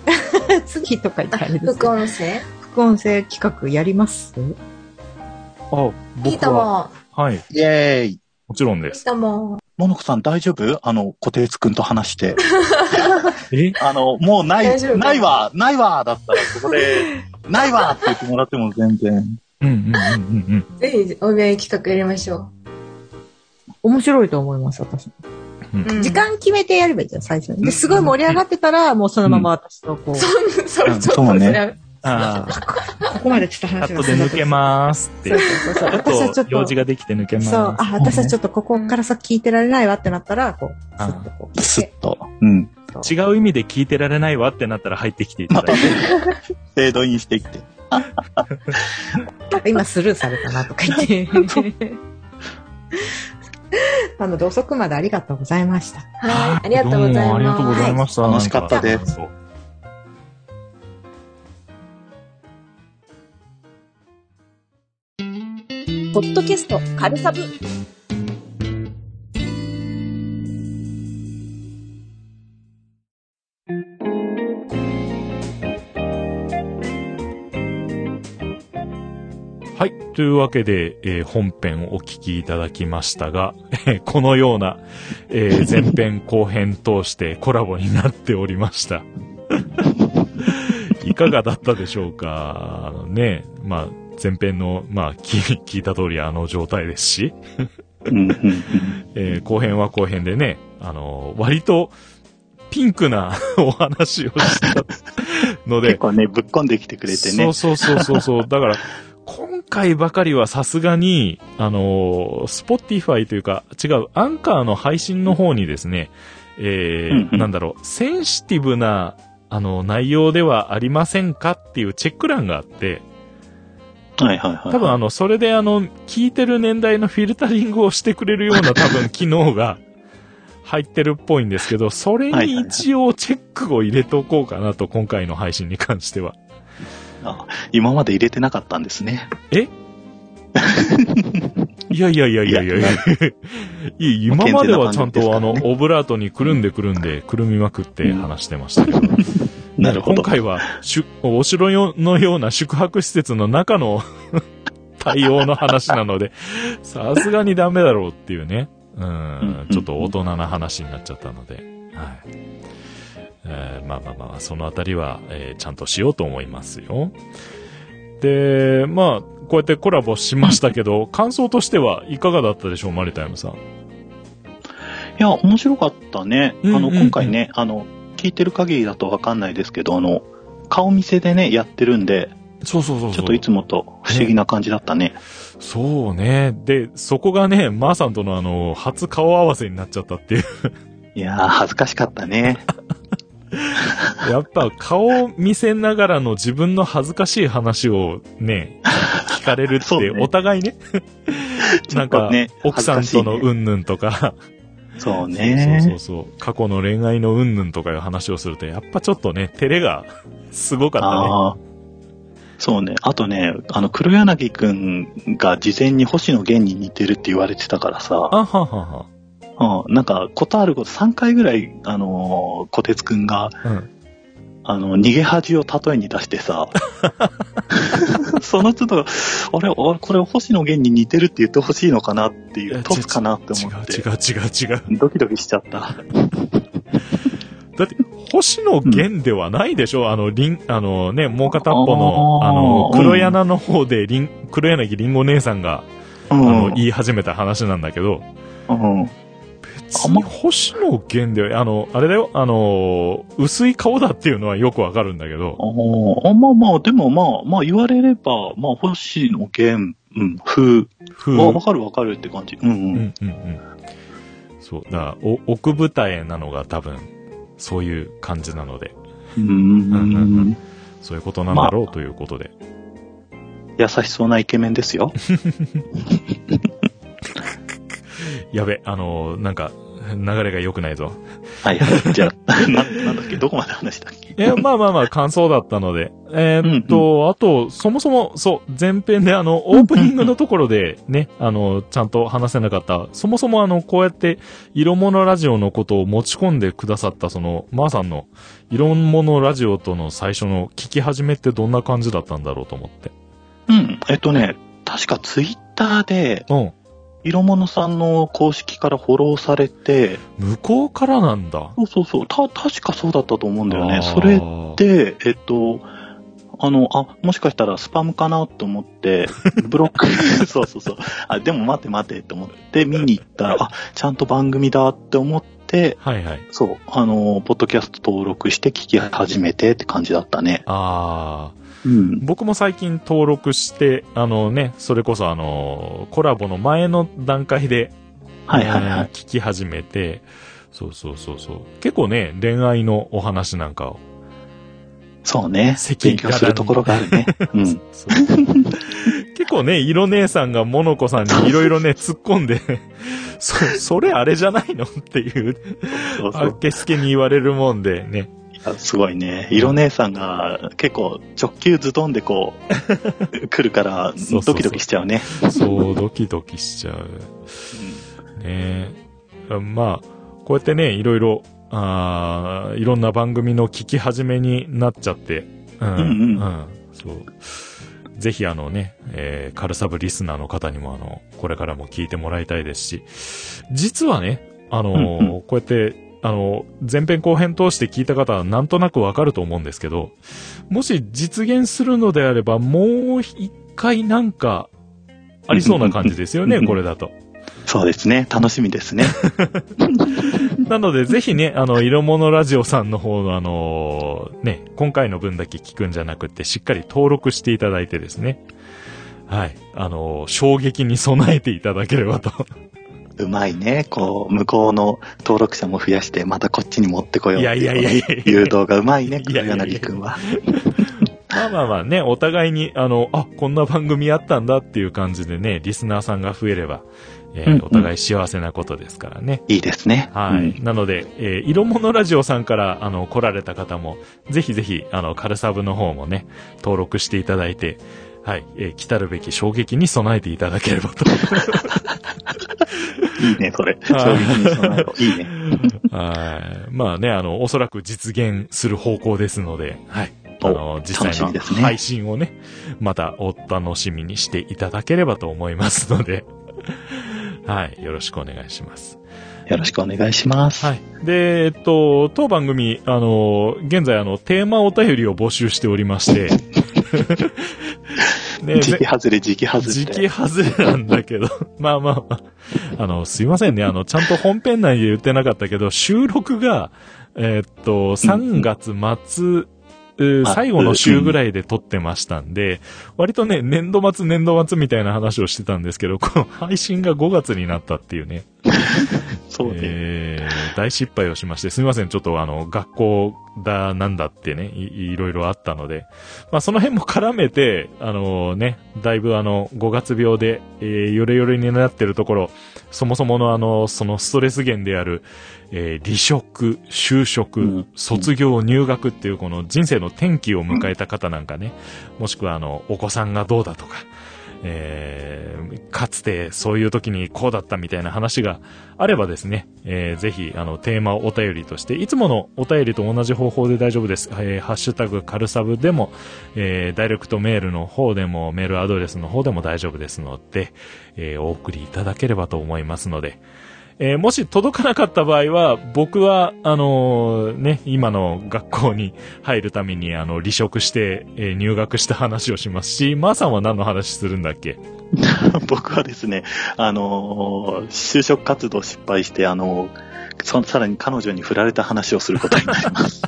Speaker 6: 次とか言ったらあれです
Speaker 5: 副
Speaker 6: けど
Speaker 5: 音声
Speaker 6: 副音声企画やります
Speaker 2: あ、
Speaker 5: いい
Speaker 2: 僕
Speaker 5: と
Speaker 2: は、
Speaker 5: も
Speaker 2: はい、
Speaker 3: イエーイ。
Speaker 2: もちろんで
Speaker 5: いい
Speaker 2: す。
Speaker 5: とも
Speaker 3: モノコさん大丈夫あの、小鉄くんと話して。
Speaker 2: え
Speaker 3: あの、もうな
Speaker 5: 大
Speaker 3: い
Speaker 5: 丈夫、か
Speaker 3: ないわ、ないわだったら、ここで、 ないわって言ってもらっても全然。
Speaker 2: うんうんうんうんうん。
Speaker 5: ぜひお見合い企画やりましょ
Speaker 6: 面白いと思います、私。
Speaker 5: う、うん
Speaker 6: 時間決めてやればいいじゃん、最初に。で、すごい盛り上がってたら、もうそのまま私とこう、
Speaker 5: そんそれちょっ
Speaker 3: そう
Speaker 5: と
Speaker 3: ね
Speaker 5: ね
Speaker 2: あ
Speaker 6: ここまでちょっと
Speaker 2: あ、カ
Speaker 6: 話
Speaker 2: ッ
Speaker 6: が
Speaker 2: トで抜けまーすって
Speaker 6: そう。そうそう。
Speaker 2: あ
Speaker 6: 私はちょ
Speaker 2: と
Speaker 6: っ、と
Speaker 2: 用事ができて抜けまーす。
Speaker 6: そう、あ、私はちょっとここからさ聞いてられないわってなったら、こう、ス
Speaker 2: あ
Speaker 6: ッとこう
Speaker 3: ス
Speaker 6: 聞い
Speaker 3: ッ
Speaker 6: て、
Speaker 3: と。 うん。
Speaker 2: 違う意味で聞いてられないわってなったら入ってきていただ いて。
Speaker 3: フェードインしてきて。
Speaker 6: なんか今スルーされたなとか言 って。 なので遅くまでありがとうございました。
Speaker 5: はいありがとうございます
Speaker 2: どもありがとうございました。。
Speaker 3: 楽しかったです
Speaker 7: ポッドキャスト、カルサブ。
Speaker 2: はい。というわけで、えー本編をお聞きいただきましたが、えーこのような、えー前編後編通してコラボになっておりました。 いかがだったでしょうかあのね、まあ、前編の、まあ、聞聞いた通りあの状態ですし、
Speaker 3: うん、うん、うん。
Speaker 2: えー後編は後編でね、あのー割とピンクな お話をしたの
Speaker 3: 結
Speaker 2: で、
Speaker 3: 構ね、ぶっこんできてくれて
Speaker 2: そ
Speaker 3: ね
Speaker 2: う。そうそうそうそう。だから、今回ばかりはさすがに、あのー、スポティファイというか、違う、アンカーの配信の方にですね、え
Speaker 3: うんう
Speaker 2: ー、
Speaker 3: ん
Speaker 2: なんだろう、センシティブな、あの、内容ではありませんかっていうチェック欄があって、
Speaker 3: はいはいはい。
Speaker 2: 多分あの、それであの、聞いてる年代のフィルタリングをしてくれるよ うな多分機能が入ってるっぽいんですけど、それに一応チェックを入れとこうかなと、今回の配信に関しては。
Speaker 3: 今まで入れてなかったんですね。
Speaker 2: いやいやいやいやいやいや。 いい今まではちゃんとあの、
Speaker 3: 健全な感じですからね
Speaker 2: オブラートにくるんでくるんで、くるみまくって話してましたけど。
Speaker 3: なるほど。
Speaker 2: 今回は、しゅお城よのような宿泊施設の中の 対応の話なので、さすがにダメだろうっていうね。う
Speaker 3: うんうんん、
Speaker 2: ちょっと大人な話になっちゃったので。はい。えーまあまあまあ、そのあたりは、えーちゃんとしようと思いますよ。で、まあ、こうやってコラボしましたけ ど、感想としてはいかがだったでしょう、マリタイムさん。
Speaker 3: いや、面白かったね。あ
Speaker 2: うんう
Speaker 3: の、
Speaker 2: んうん
Speaker 3: 今回ね、あの、聞いてる限りだとわかんないですけど、あの、顔見せでね、やってるんで、
Speaker 2: そうそうそうそう。
Speaker 3: ちょっといつもと不思議な感じだったね。
Speaker 2: そうね。で、そこがね、まーさんとのあの、初顔合わせになっちゃったっていう。
Speaker 3: いやー、恥ずかしかったね。
Speaker 2: やっぱ顔を見せながらの自分の恥ずかしい話をね、聞かれるっ
Speaker 3: そう
Speaker 2: て、
Speaker 3: ね
Speaker 2: お互いね。
Speaker 3: ち
Speaker 2: な
Speaker 3: ょ
Speaker 2: ん
Speaker 3: っ
Speaker 2: か
Speaker 3: とね、
Speaker 2: 奥さんとの
Speaker 3: 恥ずか
Speaker 2: うんぬんとか、
Speaker 3: しいねそう
Speaker 2: そうそう
Speaker 3: ね。
Speaker 2: そう、過去の恋愛のうんぬんとかいう話をすると、やっぱちょっとね、照れがすごかっ
Speaker 3: ああ。そうね。あとね、あの、黒柳くんが事前に星野源に似てるって言われてたからさ
Speaker 2: たね。、あははは。
Speaker 3: うん、なんか、ことあること3回ぐらい、あのー、小鉄くんが、
Speaker 2: うん
Speaker 3: あの、逃げ恥を例えに出し てさ、その都度、あれ、俺これ星野源に似てるって言ってほしいのかなってい
Speaker 2: いや
Speaker 3: う、トスかなって
Speaker 2: 違
Speaker 3: 思っ
Speaker 2: う
Speaker 3: て、
Speaker 2: 違う違う違う。
Speaker 3: ドキドキしちゃった。
Speaker 2: だって、星野源ではないでしょ、あの、りん、あのね、もう片っぽの、
Speaker 3: あー
Speaker 2: あの、
Speaker 3: うん
Speaker 2: 黒柳の方で、りん、黒柳りんご姉さんが、
Speaker 3: うん、
Speaker 2: あの、言い始めた話なんだけど、
Speaker 3: うん。
Speaker 2: 別に星野源では、あの、あれだよ、あの、薄い顔だっていうのはよくわかるんだけど、
Speaker 3: ああ、まあまあ、でもまあ、まあ言われれば、まあ星野源、うん、風、
Speaker 2: ふ
Speaker 3: あ、
Speaker 2: う、
Speaker 3: わかるわかるって感じ。うんう。
Speaker 2: うんんうんうん。そう、だから、お、奥舞台なのが多分、そういう感じなので、
Speaker 3: うん
Speaker 2: うんう
Speaker 3: うん
Speaker 2: うん
Speaker 3: ん
Speaker 2: そういうことなんだろうということで。
Speaker 3: 優しそうなイケメンですよ。
Speaker 2: やべ、あの、なんか、流れが良くないぞ。
Speaker 3: はい はい。じゃあ、ななんだっけ、どこまで話したっけ
Speaker 2: いや、まあまあまあ、感想だったので。えーっと、あと、そもそも、そう、前編であの、オープニングのところでね、あの、ちゃんと話せなかった、そもそもあの、こうやって、色物ラジオのことを持ち込んでくださった、その、まー、さんの、色物ラジオとの最初の聞き始めってどんな感じだったんだろうと思って。
Speaker 3: うん。えっとね、確かツイッターで、
Speaker 2: うん。
Speaker 3: 色物さんの公式からフォローされて、
Speaker 2: 向こうからなんだ。
Speaker 3: そうそうそう、た、確かそうだったと思うんだよ
Speaker 2: あ
Speaker 3: ね。
Speaker 2: ー
Speaker 3: それ、で、えっと、あの、あ、もしかしたらスパムかなと 思って、ブロック、 そうそうそう。あ、でも待て待てと思って見に行ったら、あ、ちゃんと番組だって思って、
Speaker 2: はいはい。
Speaker 3: そう、あの、ポッドキャスト登録して聞き始めてって感じだったね。
Speaker 2: あー。
Speaker 3: うん。
Speaker 2: 僕も最近登録して、あのね、それこそあの、コラボの前の段階で、
Speaker 3: はいはいは
Speaker 2: えー
Speaker 3: い。
Speaker 2: 聞き始めて、そうそうそうそう。結構ね、恋愛のお話なんかを。
Speaker 3: そうね
Speaker 2: 赤。裸々
Speaker 3: 勉
Speaker 2: に
Speaker 3: 強するところがあるね。 うん。
Speaker 2: そう結構ね、色姉さんがモノコさんにいろい ろね、突っ込んで、そ、それあれじゃないのっていう、
Speaker 3: そうそ
Speaker 2: あ
Speaker 3: う
Speaker 2: っけすけに言われるもんでね。
Speaker 3: いや。すごいね。色姉さんが結構直球ズドンでこ う、来るから
Speaker 2: そうそうそう、
Speaker 3: ドキドキしちゃうね。
Speaker 2: そう、ドキドキしちゃう。ねえ。まあ、こうやってね、いろいろ、あーいろんな番組の聞き始めになっちゃって、うん、
Speaker 3: うんうん
Speaker 2: そう。ぜひあのね、えー、カルサブリスナーの方にもあの、これからも聞いてもらいたいですし、実はね、あのー
Speaker 3: うんう
Speaker 2: こうやって、あの、前編後編通して聞いた方はなんとなくわかると思うんですけど、もし実現するのであれば、もう一回なんか、ありそうな感じですよ
Speaker 3: うん
Speaker 2: ね、
Speaker 3: うん
Speaker 2: これだと。
Speaker 3: そうですね。楽しみで すね。
Speaker 2: なので、ぜひね、あの、色物ラジオさんの方の、あのね、今回の分だけ聞くんじゃなくて、しっかり登録していただいてですね。はい。あの、衝撃に備えていただければと。
Speaker 3: うまいね。こう、向こうの登録者も増やして、またこっちに持ってこよう
Speaker 2: い
Speaker 3: って
Speaker 2: や
Speaker 3: いう
Speaker 2: いやいやいや
Speaker 3: 誘導がうまいね、
Speaker 2: いやいやいや
Speaker 3: 黒柳くんは。
Speaker 2: まあまあまあね、お互いに、あの、あ、こんな番組あったんだっていう感じでね、リスナーさんが増えれば、えー
Speaker 3: うんうん
Speaker 2: お互い幸せなことですからね。
Speaker 3: いいですね。
Speaker 2: はい。
Speaker 3: うん
Speaker 2: なので、えー色物ラジオさんから、あの、来られた方も、ぜひぜひ、あの、カルサブの方もね、登録していただいて、はい、えー来たるべき衝撃に備えていただければと。
Speaker 3: いいね、それ。衝撃
Speaker 2: はい
Speaker 3: に備えろ。いいね。
Speaker 2: はい。まあね、あの、おそらく実現する方向ですので、はい。あ
Speaker 3: お
Speaker 2: の、実際
Speaker 3: 楽しみで
Speaker 2: の
Speaker 3: すね
Speaker 2: 配信をね、またお楽しみにしていただければと思いますので、はい。よろしくお願いします。
Speaker 3: よろしくお願いします。
Speaker 2: はい。で、えっと、当番組、あの、現在、あの、テーマお便りを募集しておりま して、ね
Speaker 3: 時期外れ、時期外れ。
Speaker 2: 時期外れなんだけど。 まあまあまあ。あの、すいませんね。あの、ちゃんと本編内で言ってなかったけど、収録が、えーっと、3月末、えー
Speaker 3: あ
Speaker 2: 最後の週ぐらいで撮ってましたんで、割とね、年度末年度末みたいな話をしてたんですけど、この配信が5月になったっていうね、
Speaker 3: そうね。
Speaker 2: えー大失敗をしまして、すみません、ちょっとあの、学校だ、なんだってね、いいろいろあったので、まあその辺も絡めて、あのね、だいぶあの、5月病で、えー、よれよれになってるところ、そもそものあの、そのストレス源である、えー離職、就職、
Speaker 3: うん
Speaker 2: 卒業、入学っていうこの人生の転機を迎えた方なんかね、もしくはあの、お子さんがどうだとか、えーかつてそういう時にこうだったみたいな話があればですね、えーぜひ、あの、テーマをお便りとして、いつものお便りと同じ方法で大丈夫です。えーハッシュタグ、カルサブでも、えーダイレクトメールの方でも、メールアドレスの方でも大丈夫ですので、えーお送りいただければと思いますので、えーもし届かなかった場合は、僕は、あのーね、今の学校に入るために、あの、離職して、えー入学した話をしますし、まーさんは何の話するんだっけ
Speaker 3: 僕はですね、あのー就職活動失敗して、あのーそさらに彼女に振られた話をすることになります。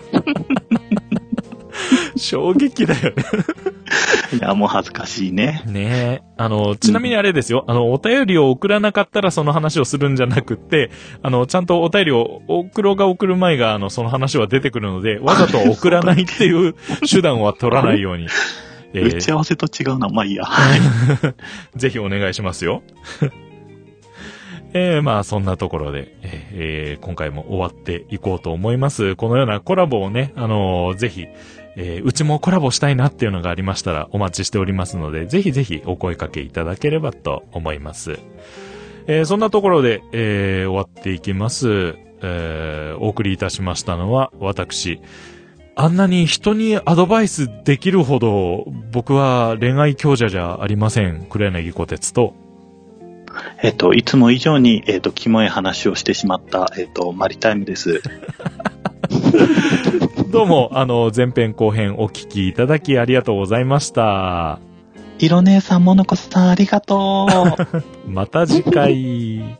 Speaker 2: 衝撃だよね
Speaker 3: いや、もう恥ずかしいね。
Speaker 2: ねえ。あの、ちなみにあれですよ。あの、お便りを送らなかったらその話をするんじゃなくって、あの、ちゃんとお便りを送ろうが送る前が、あの、その話は出てくるので、わざと送らないっていう手段は取らないように。え
Speaker 3: 打ち
Speaker 2: ー、
Speaker 3: 合わせと違うな。まあいいや。はい。
Speaker 2: ぜひお願いしますよ。 えー、まあ、そんなところで、えーえー今回も終わっていこうと思います。このようなコラボをね、あのーぜひ、えーうちもコラボしたいなっていうのがありましたらお待ちしておりますので、ぜひぜひお声掛けいただければと思います。えーそんなところで、えー終わっていきます。えーお送りいたしましたのは、私。あんなに人にアドバイスできるほど、僕は恋愛強者じゃありません。黒柳小鉄と。
Speaker 3: えっと、いつも以上に、えっと、キモい話をしてしまった、えっと、マリタイムです。
Speaker 2: どうも、あの、前編後編お聞きいただきありがとうございました。
Speaker 3: 色姉さん、モノコさん、ありがとう。
Speaker 2: また次回。